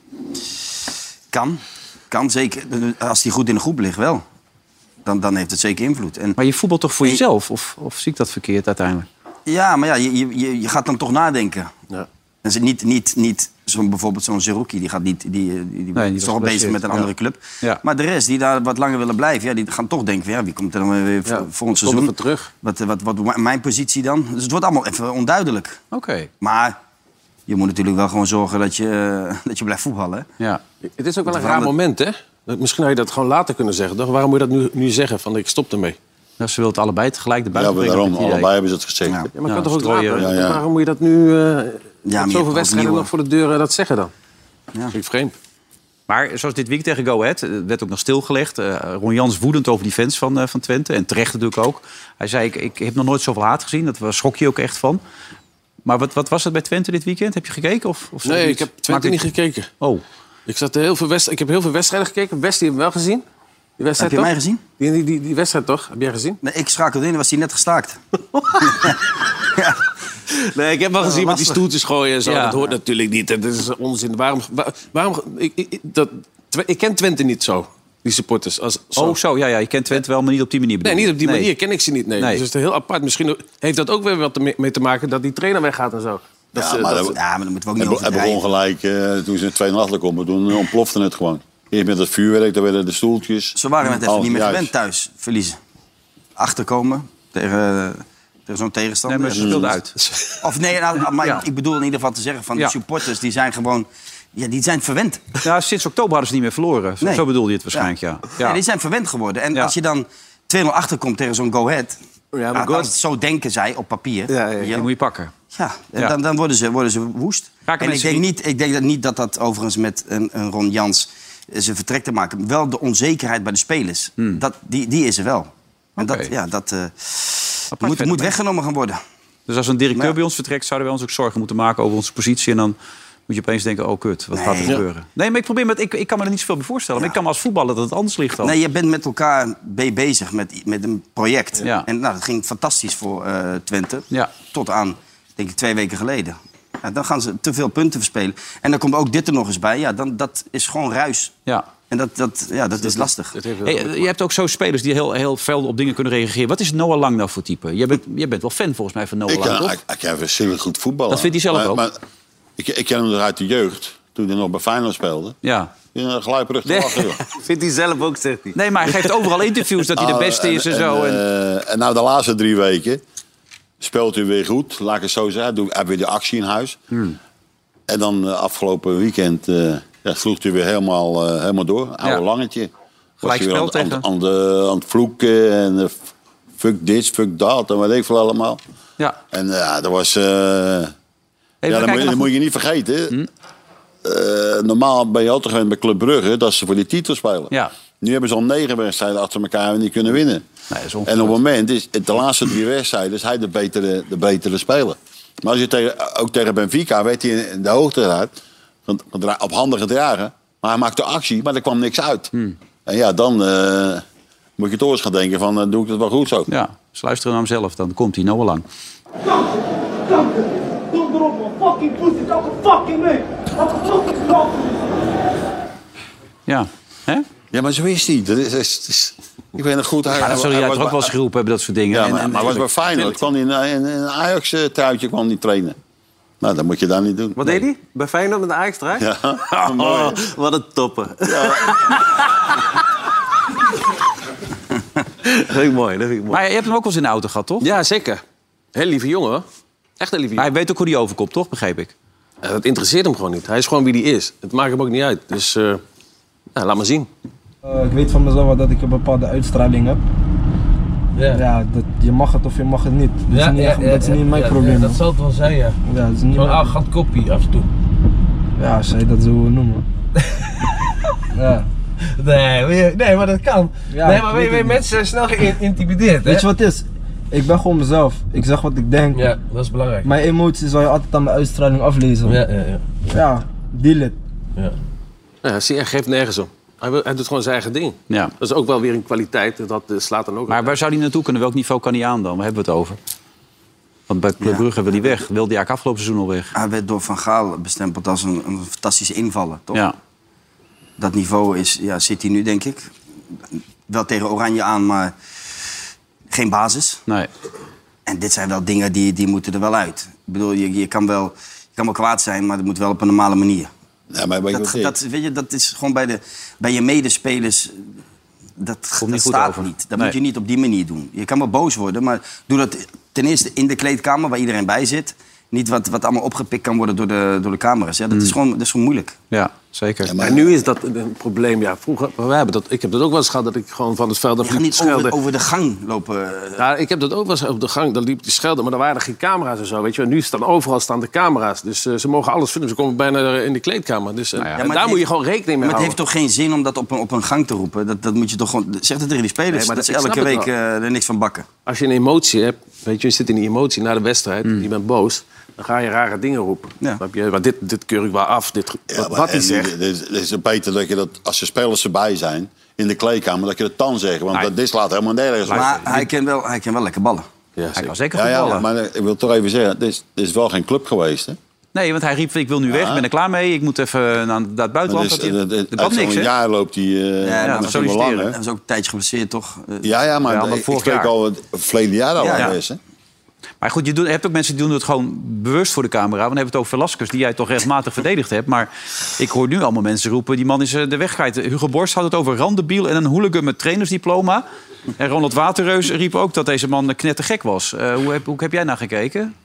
Speaker 5: Kan. Kan zeker. Als die goed in de groep ligt, wel. Dan, dan heeft het zeker invloed. En,
Speaker 2: maar je voetbalt toch voor jezelf? Of, of zie ik dat verkeerd uiteindelijk?
Speaker 5: Ja, maar ja, je, je- je, je gaat dan toch nadenken. En ze- niet, niet, niet zo'n, bijvoorbeeld zo'n Zerouki, die, gaat niet, die, die, die
Speaker 2: die
Speaker 5: is
Speaker 2: was
Speaker 5: toch al bezig
Speaker 2: geblesseerd.
Speaker 5: met een
Speaker 2: Ja.
Speaker 5: andere club.
Speaker 2: Ja.
Speaker 5: Maar de rest, die daar wat langer willen blijven, ja, die gaan toch denken... van, Ja, wie komt er dan weer voor volgend
Speaker 4: komt er
Speaker 5: seizoen?
Speaker 4: voor terug.
Speaker 5: Wat, wat, wat, wordt mijn positie dan? Dus het wordt allemaal even onduidelijk.
Speaker 2: Oké.
Speaker 5: Maar je moet natuurlijk wel gewoon zorgen dat je, eh, dat je blijft voetballen.
Speaker 2: Ja.
Speaker 4: Het is
Speaker 5: Want
Speaker 4: ook wel een raar
Speaker 5: verandert-
Speaker 4: moment, hè? Dat- Misschien had je dat gewoon later kunnen zeggen. Toch? Waarom moet je dat nu, nu zeggen? Van ik stop ermee.
Speaker 2: Nou, ze wil het allebei tegelijk de
Speaker 3: Ja, maar daarom, allebei hebben ze het gezegd. Ja,
Speaker 4: maar kan toch ook later?
Speaker 3: Ja, ja.
Speaker 4: Waarom moet je dat nu... eh
Speaker 5: je
Speaker 4: ja,
Speaker 5: hebt
Speaker 4: zoveel
Speaker 5: ook
Speaker 4: wedstrijden
Speaker 5: nieuwe-
Speaker 4: nog voor de deur eh, dat zeggen dan?
Speaker 5: Ja.
Speaker 4: Vind ik vreemd.
Speaker 2: Maar zoals dit week tegen Go Ahead, eh, werd ook nog stilgelegd. Eh, Ron Jans woedend over die fans van, eh, van Twente. En terecht natuurlijk ook. Hij zei, ik, ik heb nog nooit zoveel haat gezien. Dat was- schrok je ook echt van. Maar wat, wat was het bij Twente dit weekend? Heb je gekeken? Of, of zo
Speaker 4: Nee,
Speaker 2: niet?
Speaker 4: ik heb Twente
Speaker 2: Maakt
Speaker 4: niet
Speaker 2: het-
Speaker 4: gekeken.
Speaker 2: Oh.
Speaker 4: Ik, zat heel veel wedst- ik heb heel veel wedstrijden gekeken. West, die hebben we wel gezien. Die wedstrijd,
Speaker 5: Heb je
Speaker 4: toch?
Speaker 5: mij gezien?
Speaker 4: Die, die, die, die wedstrijd toch? Heb jij gezien?
Speaker 5: Nee, ik schakelde in en was die net gestaakt.
Speaker 4: Nee, ik heb wel
Speaker 2: Eh,
Speaker 5: Ja,
Speaker 4: gezien met die
Speaker 5: lastig.
Speaker 4: stoeltjes gooien en zo.
Speaker 5: Ja.
Speaker 4: Dat hoort natuurlijk niet. Dat is onzin. Waarom... waar- waarom ik, ik, dat, Twe- ik ken Twente niet zo, die supporters. Als,
Speaker 2: Oh, zo. Ja, ja, je kent Twente wel, maar niet op die manier.
Speaker 4: Nee,
Speaker 2: bedoel
Speaker 4: niet
Speaker 2: je?
Speaker 4: op die
Speaker 2: Nee.
Speaker 4: manier ken ik ze niet. Nee.
Speaker 2: Nee.
Speaker 4: Dus het is heel apart. Misschien heeft dat ook weer wat ermee- mee te maken dat die trainer weggaat en zo. Dat
Speaker 3: Ja,
Speaker 4: ze-
Speaker 3: maar
Speaker 4: dat
Speaker 3: dat-
Speaker 4: ze-
Speaker 5: Ja, maar dan moeten we ook
Speaker 3: Hij
Speaker 5: niet
Speaker 3: be- hij begon
Speaker 5: overdrijven.
Speaker 3: gelijk, eh, toen ze in 2-0 achter konden, toen eh, ontplofte het gewoon. Eerst met het vuurwerk, dan werden de stoeltjes.
Speaker 5: Ze waren het even
Speaker 3: Alles
Speaker 5: niet meer
Speaker 3: juist.
Speaker 5: gewend thuis, verliezen. Achterkomen tegen, tegen zo'n tegenstander.
Speaker 2: Nee, maar ze speelden uit.
Speaker 5: Of nee, nou, maar ik bedoel in ieder geval te zeggen van
Speaker 2: Ja.
Speaker 5: de supporters, die zijn gewoon... Ja, die zijn verwend.
Speaker 2: Ja, sinds oktober hadden ze niet meer verloren. Zo,
Speaker 5: Nee.
Speaker 2: zo bedoelde je het waarschijnlijk, ja. ja.
Speaker 5: Nee, die zijn verwend geworden. En als je dan 2-0 achterkomt tegen zo'n go-ahead...
Speaker 4: Ja,
Speaker 5: althans, zo denken zij op papier.
Speaker 2: Ja, ja, ja. Die moet je pakken.
Speaker 5: Ja, en
Speaker 2: Ja.
Speaker 5: Dan, dan worden, ze, worden ze woest.
Speaker 2: Raken
Speaker 5: en ik
Speaker 2: mensen
Speaker 5: denk, niet, ik denk dat niet dat dat overigens met een, een Ron Jans eh, zijn vertrek te maken. Wel de onzekerheid bij de spelers.
Speaker 2: Hmm.
Speaker 5: Dat, die, die is er wel. En dat, ja, dat eh, moet, moet weggenomen gaan worden.
Speaker 2: Dus als een directeur
Speaker 3: Nou
Speaker 5: Maar-
Speaker 2: bij ons vertrekt, zouden wij ons ook zorgen moeten maken over onze positie. En dan moet je opeens denken, oh kut, wat gaat er
Speaker 5: Nee. Ja.
Speaker 2: gebeuren? Nee, maar ik probeer met, ik, ik kan me er niet zoveel bij voorstellen. Maar ik kan me als voetballer dat het anders ligt dan.
Speaker 5: Nee, je bent met elkaar be- bezig met, met een project.
Speaker 2: Ja.
Speaker 5: En nou, dat ging fantastisch voor eh, Twente.
Speaker 2: Ja.
Speaker 5: Tot aan, denk ik, twee weken geleden. Ja, dan gaan ze te veel punten verspelen. En dan komt ook dit er nog eens bij. Ja, dan, dat is gewoon ruis.
Speaker 2: Ja. Dus
Speaker 5: En dat, dat, ja, dat, is lastig.
Speaker 2: Hey, eh, je hebt ook zo spelers die heel, heel fel op dingen kunnen reageren. Wat is Noah Lang nou voor type? Jij bent, jij bent wel fan volgens mij van Noah
Speaker 3: Ik
Speaker 2: Lang,
Speaker 3: kan,
Speaker 2: toch?
Speaker 3: ik, ik kan verschillend goed voetballen.
Speaker 2: Dat vindt hij zelf
Speaker 3: maar,
Speaker 2: ook.
Speaker 3: Maar, ik, ik ken hem nog uit de jeugd, toen hij nog bij Feyenoord speelde.
Speaker 2: Ja.
Speaker 3: In een gluiperig te
Speaker 2: Nee.
Speaker 3: lachen, joh.
Speaker 5: Vindt hij zelf ook, zegt hij.
Speaker 2: Nee, maar hij geeft overal interviews dat hij de
Speaker 3: Oh,
Speaker 2: beste is en, zo. En,
Speaker 3: eh, en nou, de laatste drie weken speelt hij weer goed. Laat ik het zo zeggen. Doe- Hij heeft weer de actie in huis.
Speaker 2: Hmm.
Speaker 3: En dan eh, afgelopen weekend eh ja, sloeg hij weer helemaal, eh, helemaal door. Oude
Speaker 2: Ja.
Speaker 3: langetje.
Speaker 2: Gelijk
Speaker 3: hij
Speaker 2: spel
Speaker 3: weer aan, aan-
Speaker 2: tegen.
Speaker 3: Aan, de, aan het vloeken en eh, f- fuck dit, fuck dat en wat weet ik veel allemaal.
Speaker 2: Ja.
Speaker 3: En ja, dat was... eh, ja, dat
Speaker 2: kijken Hm?
Speaker 3: moet, je,
Speaker 2: nog-
Speaker 3: dat moet je niet vergeten. Eh, normaal ben je altijd gewend bij Club Brugge dat ze voor die titel spelen.
Speaker 2: ja.
Speaker 3: Nu hebben ze al negen wedstrijden achter elkaar en die kunnen winnen.
Speaker 2: Nee, is
Speaker 3: en op het moment is de laatste drie wedstrijden is hij de betere, de betere speler. Maar als je tegen, ook tegen Benfica werd hij in de hoogte eruit. van- van dra- Op handen gedragen. Maar hij maakte actie, maar er kwam niks uit.
Speaker 2: Hm.
Speaker 3: En ja, dan eh, moet je toch eens gaan denken van eh, doe ik het wel goed zo.
Speaker 2: ja, dus luisteren naar hem zelf, dan komt hij Noah Lang.
Speaker 1: Don't get off my fucking pussy, like a fucking man. Like a fucking dog.
Speaker 2: Ja. Hè?
Speaker 3: Ja, maar zo is hij. Dat is, dat is- dat is- ik weet nog goed. Hij,
Speaker 2: Maar dat zul
Speaker 3: hij
Speaker 2: jij
Speaker 3: was
Speaker 2: toch ook
Speaker 3: bij-
Speaker 2: wel eens geroepen hebben, dat soort dingen.
Speaker 3: Ja,
Speaker 2: En-
Speaker 3: maar,
Speaker 2: en-
Speaker 3: maar hij was bij Feyenoord. Kwam hij in een- in een Ajax-truitje kwam hij trainen. Nou, dat moet je daar niet doen.
Speaker 4: Wat deed hij? Bij Feyenoord met de ajax draai
Speaker 3: Ja,
Speaker 2: Oh.
Speaker 3: mooi.
Speaker 5: wat een topper.
Speaker 4: dat vind ik mooi, dat vind ik mooi.
Speaker 2: Maar je hebt hem ook wel eens in de auto gehad, toch?
Speaker 4: Ja, zeker. Heel lieve jongen, hoor. Echt een lieve
Speaker 2: Maar hij weet ook hoe die overkomt, toch? Begreep ik.
Speaker 4: Ja, dat interesseert hem gewoon niet. Hij is gewoon wie hij is. Het maakt hem ook niet uit. Dus eh, nou, laat maar zien.
Speaker 22: Eh, ik weet van mezelf dat ik een bepaalde uitstraling heb. Ja. dat, je mag het of je mag het niet. Dat is niet, echt- dat is niet mijn probleem.
Speaker 23: dat
Speaker 22: man.
Speaker 23: zal het wel zijn, ja.
Speaker 22: ja, dat is niet
Speaker 23: Van,
Speaker 22: mijn-
Speaker 23: ah, gaat koppie af en toe.
Speaker 22: ja, als jij dat zo wil noemen. ja.
Speaker 23: Nee, maar je- nee, maar dat kan.
Speaker 22: Ja,
Speaker 23: nee,
Speaker 22: ik
Speaker 23: maar
Speaker 22: weet
Speaker 23: weet- weet,
Speaker 22: het
Speaker 23: mensen zijn snel geïntimideerd, hè?
Speaker 22: Weet je wat het is? Ik ben gewoon mezelf. Ik zeg wat ik denk.
Speaker 23: Ja, dat is belangrijk.
Speaker 22: Mijn emoties zal je altijd aan mijn uitstraling aflezen.
Speaker 23: Ja, ja, ja.
Speaker 22: Ja, deal it.
Speaker 4: Ja, zie, hij Eh, geeft nergens om. Hij, wil- hij doet gewoon zijn eigen ding.
Speaker 2: Ja.
Speaker 4: Dat is ook wel weer een kwaliteit. en Dat eh, slaat dan ook
Speaker 2: Maar waar zou hij naartoe kunnen? Welk niveau kan hij aan dan? Waar hebben we het over? Want bij Club Brugge wil hij weg. Wilde hij eigenlijk afgelopen seizoen al weg.
Speaker 5: Hij werd door Van Gaal bestempeld als een, een fantastische invaller, toch?
Speaker 2: Ja.
Speaker 5: Dat niveau is, ja, zit hij nu, denk ik. Wel tegen Oranje aan, maar geen basis.
Speaker 2: Nee.
Speaker 5: En dit zijn wel dingen die, die moeten er wel uit. Ik bedoel, je, je, kan wel, je kan wel kwaad zijn, maar dat moet wel op een normale manier.
Speaker 3: Ja, maar
Speaker 5: dat, dat, weet je, dat is gewoon bij, de, bij je medespelers... Dat, dat
Speaker 2: goed
Speaker 5: staat
Speaker 2: over.
Speaker 5: niet. Dat
Speaker 2: Nee.
Speaker 5: moet je niet op die manier doen. Je kan wel boos worden, maar doe dat ten eerste in de kleedkamer... waar iedereen bij zit. Niet wat, wat allemaal opgepikt kan worden door de, door de camera's. Ja, dat, is gewoon, dat is gewoon moeilijk.
Speaker 2: Ja, zeker.
Speaker 4: maar nu is dat een probleem. Ja, vroeger, maar wij hebben dat, ik heb dat ook wel eens gehad dat ik gewoon van het veld af
Speaker 5: Je gaat
Speaker 4: liep
Speaker 5: niet
Speaker 4: te schelden.
Speaker 5: over, over de gang lopen.
Speaker 4: Ja, ik heb dat ook wel eens op de gang. Dan liep die schelden, maar er waren er geen camera's en zo. Weet je. wel. Nu staan overal staan de camera's. Dus eh, ze mogen alles filmen. Ze komen bijna in de kleedkamer. Dus eh,
Speaker 5: Nou Ja,
Speaker 4: en
Speaker 5: maar
Speaker 4: daar
Speaker 5: het
Speaker 4: moet je
Speaker 5: heeft-
Speaker 4: gewoon rekening mee
Speaker 5: Maar het
Speaker 4: houden.
Speaker 5: heeft toch geen zin om dat op een, op een gang te roepen? Dat, dat moet je toch gewoon... Zeg dat tegen die spelers.
Speaker 4: Nee, maar
Speaker 5: dat
Speaker 4: dat-
Speaker 5: ze
Speaker 4: ik snap
Speaker 5: elke
Speaker 4: het
Speaker 5: week
Speaker 4: wel.
Speaker 5: eh, er niks van bakken.
Speaker 4: Als je een emotie hebt, weet je, je zit in die emotie na de wedstrijd,
Speaker 5: Hmm.
Speaker 4: je bent boos, dan ga je rare dingen roepen. Snap je? Maar dit, dit keur ik wel af. Dit, wat,
Speaker 3: maar
Speaker 4: wat hij
Speaker 3: en
Speaker 4: zegt.
Speaker 3: Het is- het is beter dat je dat, als de spelers erbij zijn, in de kleedkamer, dat je dat dan zegt. Want dat dit slaat helemaal nergens op.
Speaker 5: Maar hij kan wel, hij kan wel lekker ballen.
Speaker 4: Ja, hij
Speaker 2: kan zeker
Speaker 3: Ja, ja,
Speaker 2: voetballen.
Speaker 3: maar eh, ik wil toch even zeggen, dit is, dit is wel geen club geweest, hè?
Speaker 2: Nee, want hij riep, ik wil nu weg, ik ben er klaar mee. Ik moet even naar, naar het buitenland.
Speaker 3: Dus,
Speaker 2: Dat-
Speaker 3: eh, eh,
Speaker 2: dat kwam
Speaker 3: uit
Speaker 2: niks,
Speaker 3: zo'n
Speaker 2: hè?
Speaker 3: jaar loopt hij eh
Speaker 5: Ja,
Speaker 3: ja,
Speaker 5: dat
Speaker 3: misschien wel lang, hè?
Speaker 5: Hij was ook een tijdje geblesseerd, toch? Eh,
Speaker 3: Ja, ja, maar,
Speaker 2: Ja, maar
Speaker 3: ik
Speaker 2: vorig
Speaker 3: spreek
Speaker 2: jaar.
Speaker 3: al het verleden jaar al
Speaker 2: Ja, ja.
Speaker 3: eens, hè?
Speaker 2: Maar goed, je, doet, je hebt ook mensen die doen het gewoon bewust voor de camera. Want dan hebben we het over Velasquez, die jij toch rechtmatig verdedigd hebt. Maar ik hoor nu allemaal mensen roepen, die man is eh, de weg kwijt. Hugo Borst had het over randebiel en een hooligan met trainersdiploma. En Ronald Waterreus riep ook dat deze man knettergek was. Eh, hoe, heb, hoe heb jij naar gekeken?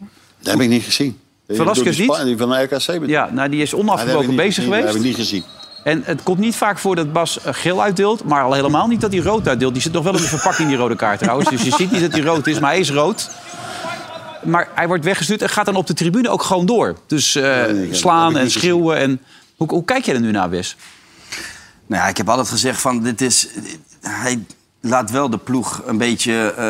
Speaker 3: Dat heb ik niet gezien.
Speaker 2: Velasquez
Speaker 3: Die
Speaker 2: niet?
Speaker 3: Spa- Die van de RKC. bedoel ik.
Speaker 2: Ja, nou, die is
Speaker 3: Ah, dat heb ik
Speaker 2: onafgebroken
Speaker 3: niet
Speaker 2: bezig
Speaker 3: gezien,
Speaker 2: geweest.
Speaker 3: Dat heb ik niet gezien.
Speaker 2: En het komt niet vaak voor dat Bas eh, geel uitdeelt, maar al helemaal niet dat hij rood uitdeelt. Die zit nog wel in de verpakking, die rode kaart trouwens. Dus je ziet niet dat hij rood is, maar hij is rood. Maar hij wordt weggestuurd en gaat dan op de tribune ook gewoon door. Dus eh, slaan en schreeuwen. En... Hoe, hoe kijk jij er nu naar, Wes?
Speaker 5: Nou ja, ik heb altijd gezegd van dit is. Hij laat wel de ploeg een beetje. eh,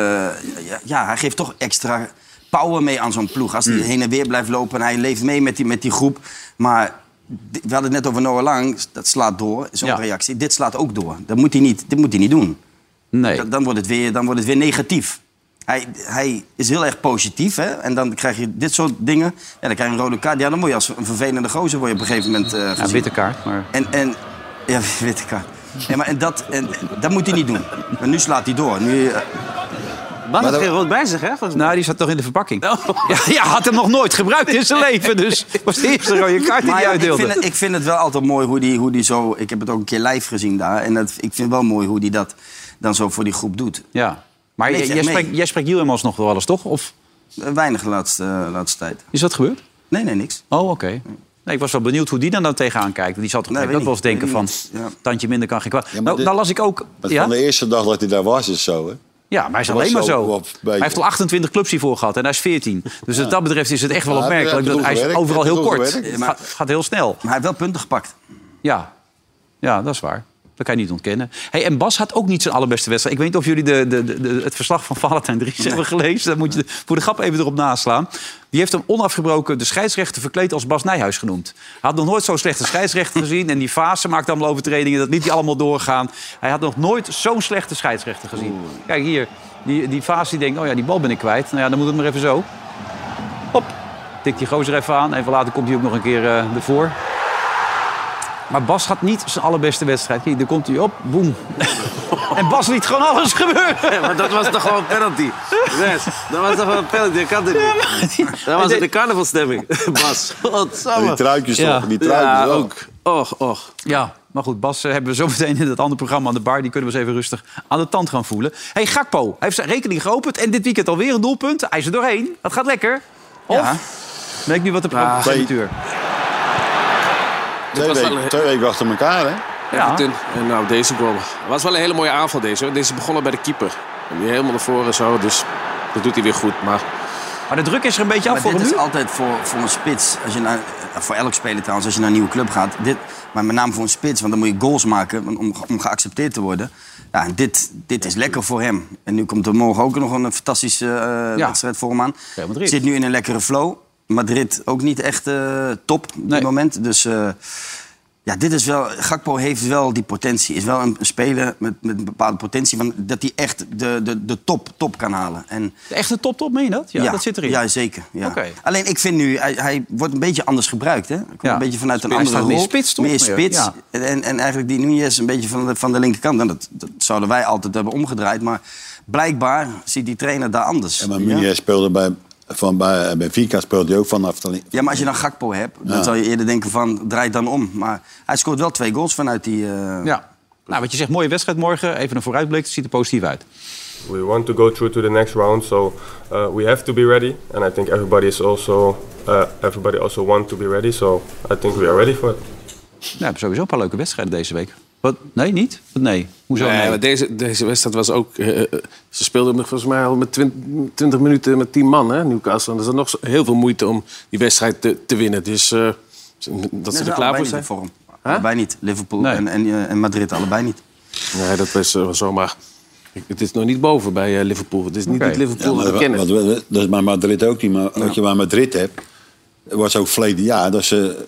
Speaker 5: ja, ja, hij geeft toch extra power mee aan zo'n ploeg. Als hij
Speaker 2: Hmm.
Speaker 5: heen en weer blijft lopen en hij leeft mee met die, met die groep. Maar di- we hadden het net over Noah Lang. Dat slaat door, zo'n reactie. Dit slaat ook door. Dat moet hij niet, dit moet hij niet doen.
Speaker 2: Nee.
Speaker 5: Dan, dan wordt het weer, dan wordt het weer negatief. Hij, hij is heel erg positief, hè? En dan krijg je dit soort dingen. Ja, dan krijg je een rode kaart. Ja, dan word je als een vervelende gozer word je op een gegeven moment eh
Speaker 2: Ja,
Speaker 5: gezien.
Speaker 2: witte kaart, maar...
Speaker 5: En, en ja, witte kaart. En, maar, en, dat, en, dat moet hij niet doen. Maar nu slaat hij door. Nu, eh,
Speaker 2: Maar
Speaker 5: had
Speaker 2: dat-
Speaker 5: geen
Speaker 2: rood bij zich, hè? Nou, die zat toch in de verpakking.
Speaker 5: Oh.
Speaker 2: Ja, ja, had hem nog nooit gebruikt in zijn leven. Dus was de eerste rode kaart die
Speaker 5: maar
Speaker 2: hij
Speaker 5: ja, ik,
Speaker 2: uitdeelde.
Speaker 5: vind het, ik vind het wel altijd mooi hoe die, hoe die zo... Ik heb het ook een keer live gezien daar. En dat, ik vind het wel mooi hoe die dat dan zo voor die groep doet.
Speaker 2: Ja. Maar
Speaker 5: Nee,
Speaker 2: jij,
Speaker 5: zeg
Speaker 2: jij
Speaker 5: mee.
Speaker 2: spreekt, jij spreekt Yilmaz nog wel eens, toch? Of
Speaker 5: Eh, Weinig de laatste, laatste tijd.
Speaker 2: is dat gebeurd?
Speaker 5: Nee, nee, niks.
Speaker 2: Oh, oké. Nee, ik was wel benieuwd hoe die dan, dan tegenaan kijkt. Want Die zal toch
Speaker 5: Nee,
Speaker 2: ook wel eens
Speaker 5: weet
Speaker 2: denken
Speaker 5: niet.
Speaker 2: van...
Speaker 5: Weet niet. Ja.
Speaker 2: tandje minder kan geen kwaad.
Speaker 3: Ja, maar
Speaker 2: nou,
Speaker 3: dit-
Speaker 2: nou las ik ook...
Speaker 3: Want
Speaker 2: Ja?
Speaker 3: Van de eerste dag dat hij daar was, is zo, hè?
Speaker 2: ja, maar hij is
Speaker 3: Dat
Speaker 2: alleen maar
Speaker 3: was zo
Speaker 2: zo.
Speaker 3: op- beetje.
Speaker 2: Hij heeft al 28 clubs hiervoor gehad en hij is 14. Dus wat dat betreft is het echt wel
Speaker 3: Ja, hij heeft-
Speaker 2: opmerkelijk.
Speaker 3: hij
Speaker 2: Dat
Speaker 3: heeft
Speaker 2: hij is
Speaker 3: goed gewerkt,
Speaker 2: overal
Speaker 3: hij
Speaker 2: heel
Speaker 3: heeft
Speaker 2: kort.
Speaker 3: goed
Speaker 2: Het
Speaker 3: gewerkt.
Speaker 2: gaat, gaat heel snel.
Speaker 5: Maar hij heeft wel punten gepakt.
Speaker 2: Ja. ja, dat is waar. Dat kan je niet ontkennen. Hey, en Bas had ook niet zijn allerbeste wedstrijd. Ik weet niet of jullie de, de, de- de- het verslag van Valentijn Dries hebben gelezen. Dat moet je de- voor de grap even erop naslaan. Die heeft hem onafgebroken de scheidsrechter verkleed als Bas Nijhuis genoemd. Hij had nog nooit zo'n slechte scheidsrechter gezien. En die fase maakte allemaal overtredingen. Dat liet hij allemaal doorgaan. Hij had nog nooit zo'n slechte scheidsrechter gezien. Kijk hier, die, die fase die denkt, oh ja, die bal ben ik kwijt. Nou ja, dan moet het maar even zo. Hop, tikt die gozer even aan. Even later komt hij ook nog een keer eh, ervoor. Maar Bas had niet zijn allerbeste wedstrijd. Kijk, daar komt hij op, boem. en Bas liet gewoon alles gebeuren.
Speaker 4: maar dat was toch gewoon penalty? Yes, dat was toch gewoon penalty? Dat kan dit niet. Dat was in de carnavalstemming. Bas, godsamme.
Speaker 3: Die truitjes toch, die
Speaker 4: ja,
Speaker 3: truitjes wel.
Speaker 4: ook. Och, och.
Speaker 2: Ja, maar goed, Bas eh, hebben we zo meteen in dat andere programma aan de bar. Die kunnen we eens even rustig aan de tand gaan voelen. hey, Gakpo, hij heeft zijn rekening geopend. En dit weekend alweer een doelpunt. Hij is er doorheen. Dat gaat lekker. Of,
Speaker 5: Ja.
Speaker 2: weet ik nu wat Oh, de
Speaker 3: Ah.
Speaker 2: programmatuur.
Speaker 3: Twee,
Speaker 4: was
Speaker 3: weken-
Speaker 4: wel een-
Speaker 3: twee weken achter elkaar, hè?
Speaker 2: Ja.
Speaker 4: En, en nou, deze goal. Het was wel een hele mooie aanval deze. hoor. Deze begonnen bij de keeper. En die helemaal naar voren en zo. Dus dat doet hij weer goed. Maar
Speaker 2: Maar de druk is er een beetje af
Speaker 5: Maar
Speaker 2: voor
Speaker 5: dit
Speaker 2: hem
Speaker 5: is
Speaker 2: nu.
Speaker 5: altijd voor, voor een spits. Als je naar, voor elk speler trouwens, als je naar een nieuwe club gaat. Dit, maar met name voor een spits, want dan moet je goals maken want om, om geaccepteerd te worden. Ja, en dit, dit is lekker voor hem. En nu komt er morgen ook nog een fantastische eh,
Speaker 2: Ja.
Speaker 5: wedstrijd voor hem aan.
Speaker 2: Real Madrid.
Speaker 5: Zit nu in een lekkere flow. Madrid ook niet echt eh, top op dit moment. Dus eh, ja, dit is wel... Gakpo heeft wel die potentie. Is wel een, een speler met, met een bepaalde potentie. Van, dat hij echt de, de, de top, top kan halen. En,
Speaker 2: De echte top-top, meen je dat? Ja, dat zit erin.
Speaker 5: Ja, zeker. Ja.
Speaker 2: Oké.
Speaker 5: Alleen ik vind nu, hij, hij wordt een beetje anders gebruikt. Hè? Hij komt
Speaker 2: Ja.
Speaker 5: Een beetje vanuit een
Speaker 2: Hij
Speaker 5: andere
Speaker 2: staat
Speaker 5: rol.
Speaker 2: meer spits, toch?
Speaker 5: Meer spits.
Speaker 2: Ja.
Speaker 5: En, en eigenlijk die Nunez een beetje van de, van de linkerkant. En dat, dat zouden wij altijd hebben omgedraaid. Maar blijkbaar ziet die trainer daar anders.
Speaker 3: En maar Munier speelde bij, van, bij eh, Benfica speelde hij ook vanaf de link-
Speaker 5: Ja, maar als je dan Gakpo hebt, dan
Speaker 3: Ja.
Speaker 5: zou je eerder denken van draai dan om. Maar hij scoort wel twee goals vanuit die... eh,
Speaker 2: Ja. Nou, wat je zegt, mooie wedstrijd morgen. Even een vooruitblik. Het ziet er positief uit.
Speaker 7: We want to go through to the next round, so uh, we have to be ready. And I think everybody is also uh, everybody also want to be ready. So I think we are ready for it.
Speaker 2: Nou, we hebben sowieso een paar leuke wedstrijden deze week. Wat? Nee, niet? Wat? Nee. Hoezo
Speaker 24: Nee,
Speaker 2: nee?
Speaker 24: maar deze, deze wedstrijd was ook... eh, eh, ze speelden nog volgens mij al met 20, minuten met 10 man, hè, Newcastle. En er is nog zo- heel veel moeite om die wedstrijd te, te winnen. Dus eh, dat ze
Speaker 4: Nou,
Speaker 5: zijn
Speaker 24: er
Speaker 5: allebei
Speaker 24: klaar voor
Speaker 5: niet
Speaker 24: zijn.
Speaker 5: in vorm. Allebei niet. Liverpool en, en, eh, en Madrid allebei niet.
Speaker 24: Nee, dat was eh, zomaar... Ik- Het is nog niet boven bij eh, Liverpool. Het is niet het Liverpool
Speaker 3: Ja,
Speaker 24: dat
Speaker 3: maar
Speaker 24: we kennen.
Speaker 3: wat- wat- wat- dat is bij Madrid ook niet. Maar wat je bij Madrid hebt, was ook verleden jaar dat ze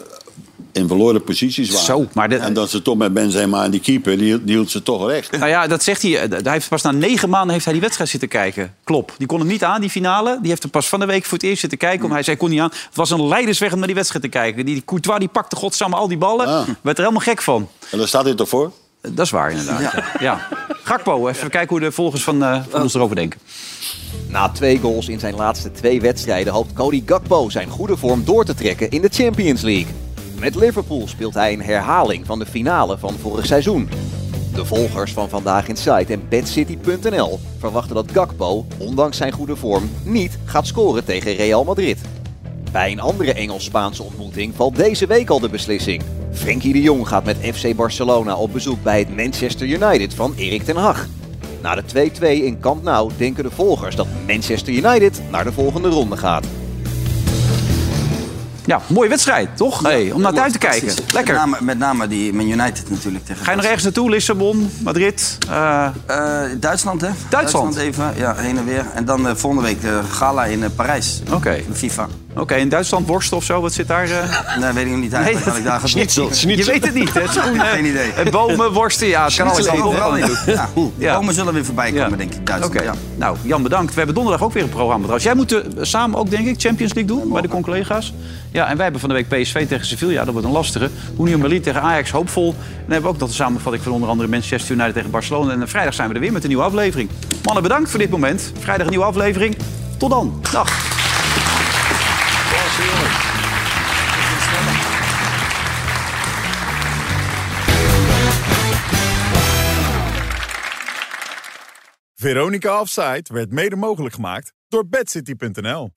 Speaker 3: in verloren posities waren.
Speaker 2: Zo, maar
Speaker 3: En dat ze toch met Benzema en die keeper, die, die hield ze toch recht.
Speaker 2: Nou ja, dat zegt hij. eh, Hij heeft pas na negen maanden heeft hij die wedstrijd zitten kijken. Klopt. Die kon hem niet aan, die finale. Die heeft hem pas van de week voor het eerst zitten kijken. Om, hij zei, kon niet aan. Het was een leidersweg om naar die wedstrijd te kijken. Die Courtois die pakte godsamme al die ballen. Werd er helemaal gek van. Eh,
Speaker 3: En daar staat hij toch voor?
Speaker 2: Dat is waar, inderdaad. Ja. Gakpo, even kijken hoe de volgers van, eh, van ons erover denken.
Speaker 4: Na twee goals in zijn laatste twee wedstrijden hoopt Cody Gakpo zijn goede vorm door te trekken in de Champions League. Met Liverpool speelt hij een herhaling van de finale van vorig seizoen. De volgers van Vandaag Inside en BadCity.nl verwachten dat Gakpo, ondanks zijn goede vorm, niet gaat scoren tegen Real Madrid. Bij een andere Engels-Spaanse ontmoeting valt deze week al de beslissing. Frenkie de Jong gaat met FC Barcelona op bezoek bij het Manchester United van Erik ten Hag. Na de 2-2 in Camp Nou denken de volgers dat Manchester United naar de volgende ronde gaat.
Speaker 2: Ja, mooie wedstrijd, toch? Hey, om naar het uit te kijken.
Speaker 5: Precies.
Speaker 2: Lekker.
Speaker 5: Met name, met name die Man United natuurlijk. Tegen
Speaker 2: Ga je nog ergens naartoe? Lissabon, Madrid? eh,
Speaker 5: Eh, Duitsland, hè?
Speaker 2: Duitsland?
Speaker 5: even, ja, heen en weer. En dan eh, volgende week de gala in eh, Parijs.
Speaker 2: Oké.
Speaker 5: De FIFA.
Speaker 2: Oké, in Duitsland worsten of zo? Wat zit daar? eh?
Speaker 5: Nee, weet ik nog niet eigenlijk wat ik daar ga doen.
Speaker 2: Je weet het niet, hè? Schoenen,
Speaker 5: Geen idee.
Speaker 2: eh, Bomen, worsten, ja. Het kan alles
Speaker 5: Schnitzel, overal in. Ja,
Speaker 2: Ja.
Speaker 5: bomen zullen weer voorbij komen, denk ik. Duitsland,
Speaker 2: Oké.
Speaker 5: ja.
Speaker 2: Nou, Jan, bedankt. We hebben donderdag ook weer een programma. Trouwens, jij moet eh, samen ook, denk ik, Champions League doen bij de collega's. Ja, en wij hebben van de week PSV tegen Sevilla. Dat wordt een lastige. Union Berlin tegen Ajax, hoopvol. En dan hebben we ook nog de samenvatting van onder andere Manchester United tegen Barcelona. En eh, vrijdag zijn we er weer met een nieuwe aflevering. Mannen, bedankt voor dit moment. Vrijdag een nieuwe aflevering. Tot dan. Dag.
Speaker 14: Veronica Offside werd mede mogelijk gemaakt door bedcity.nl.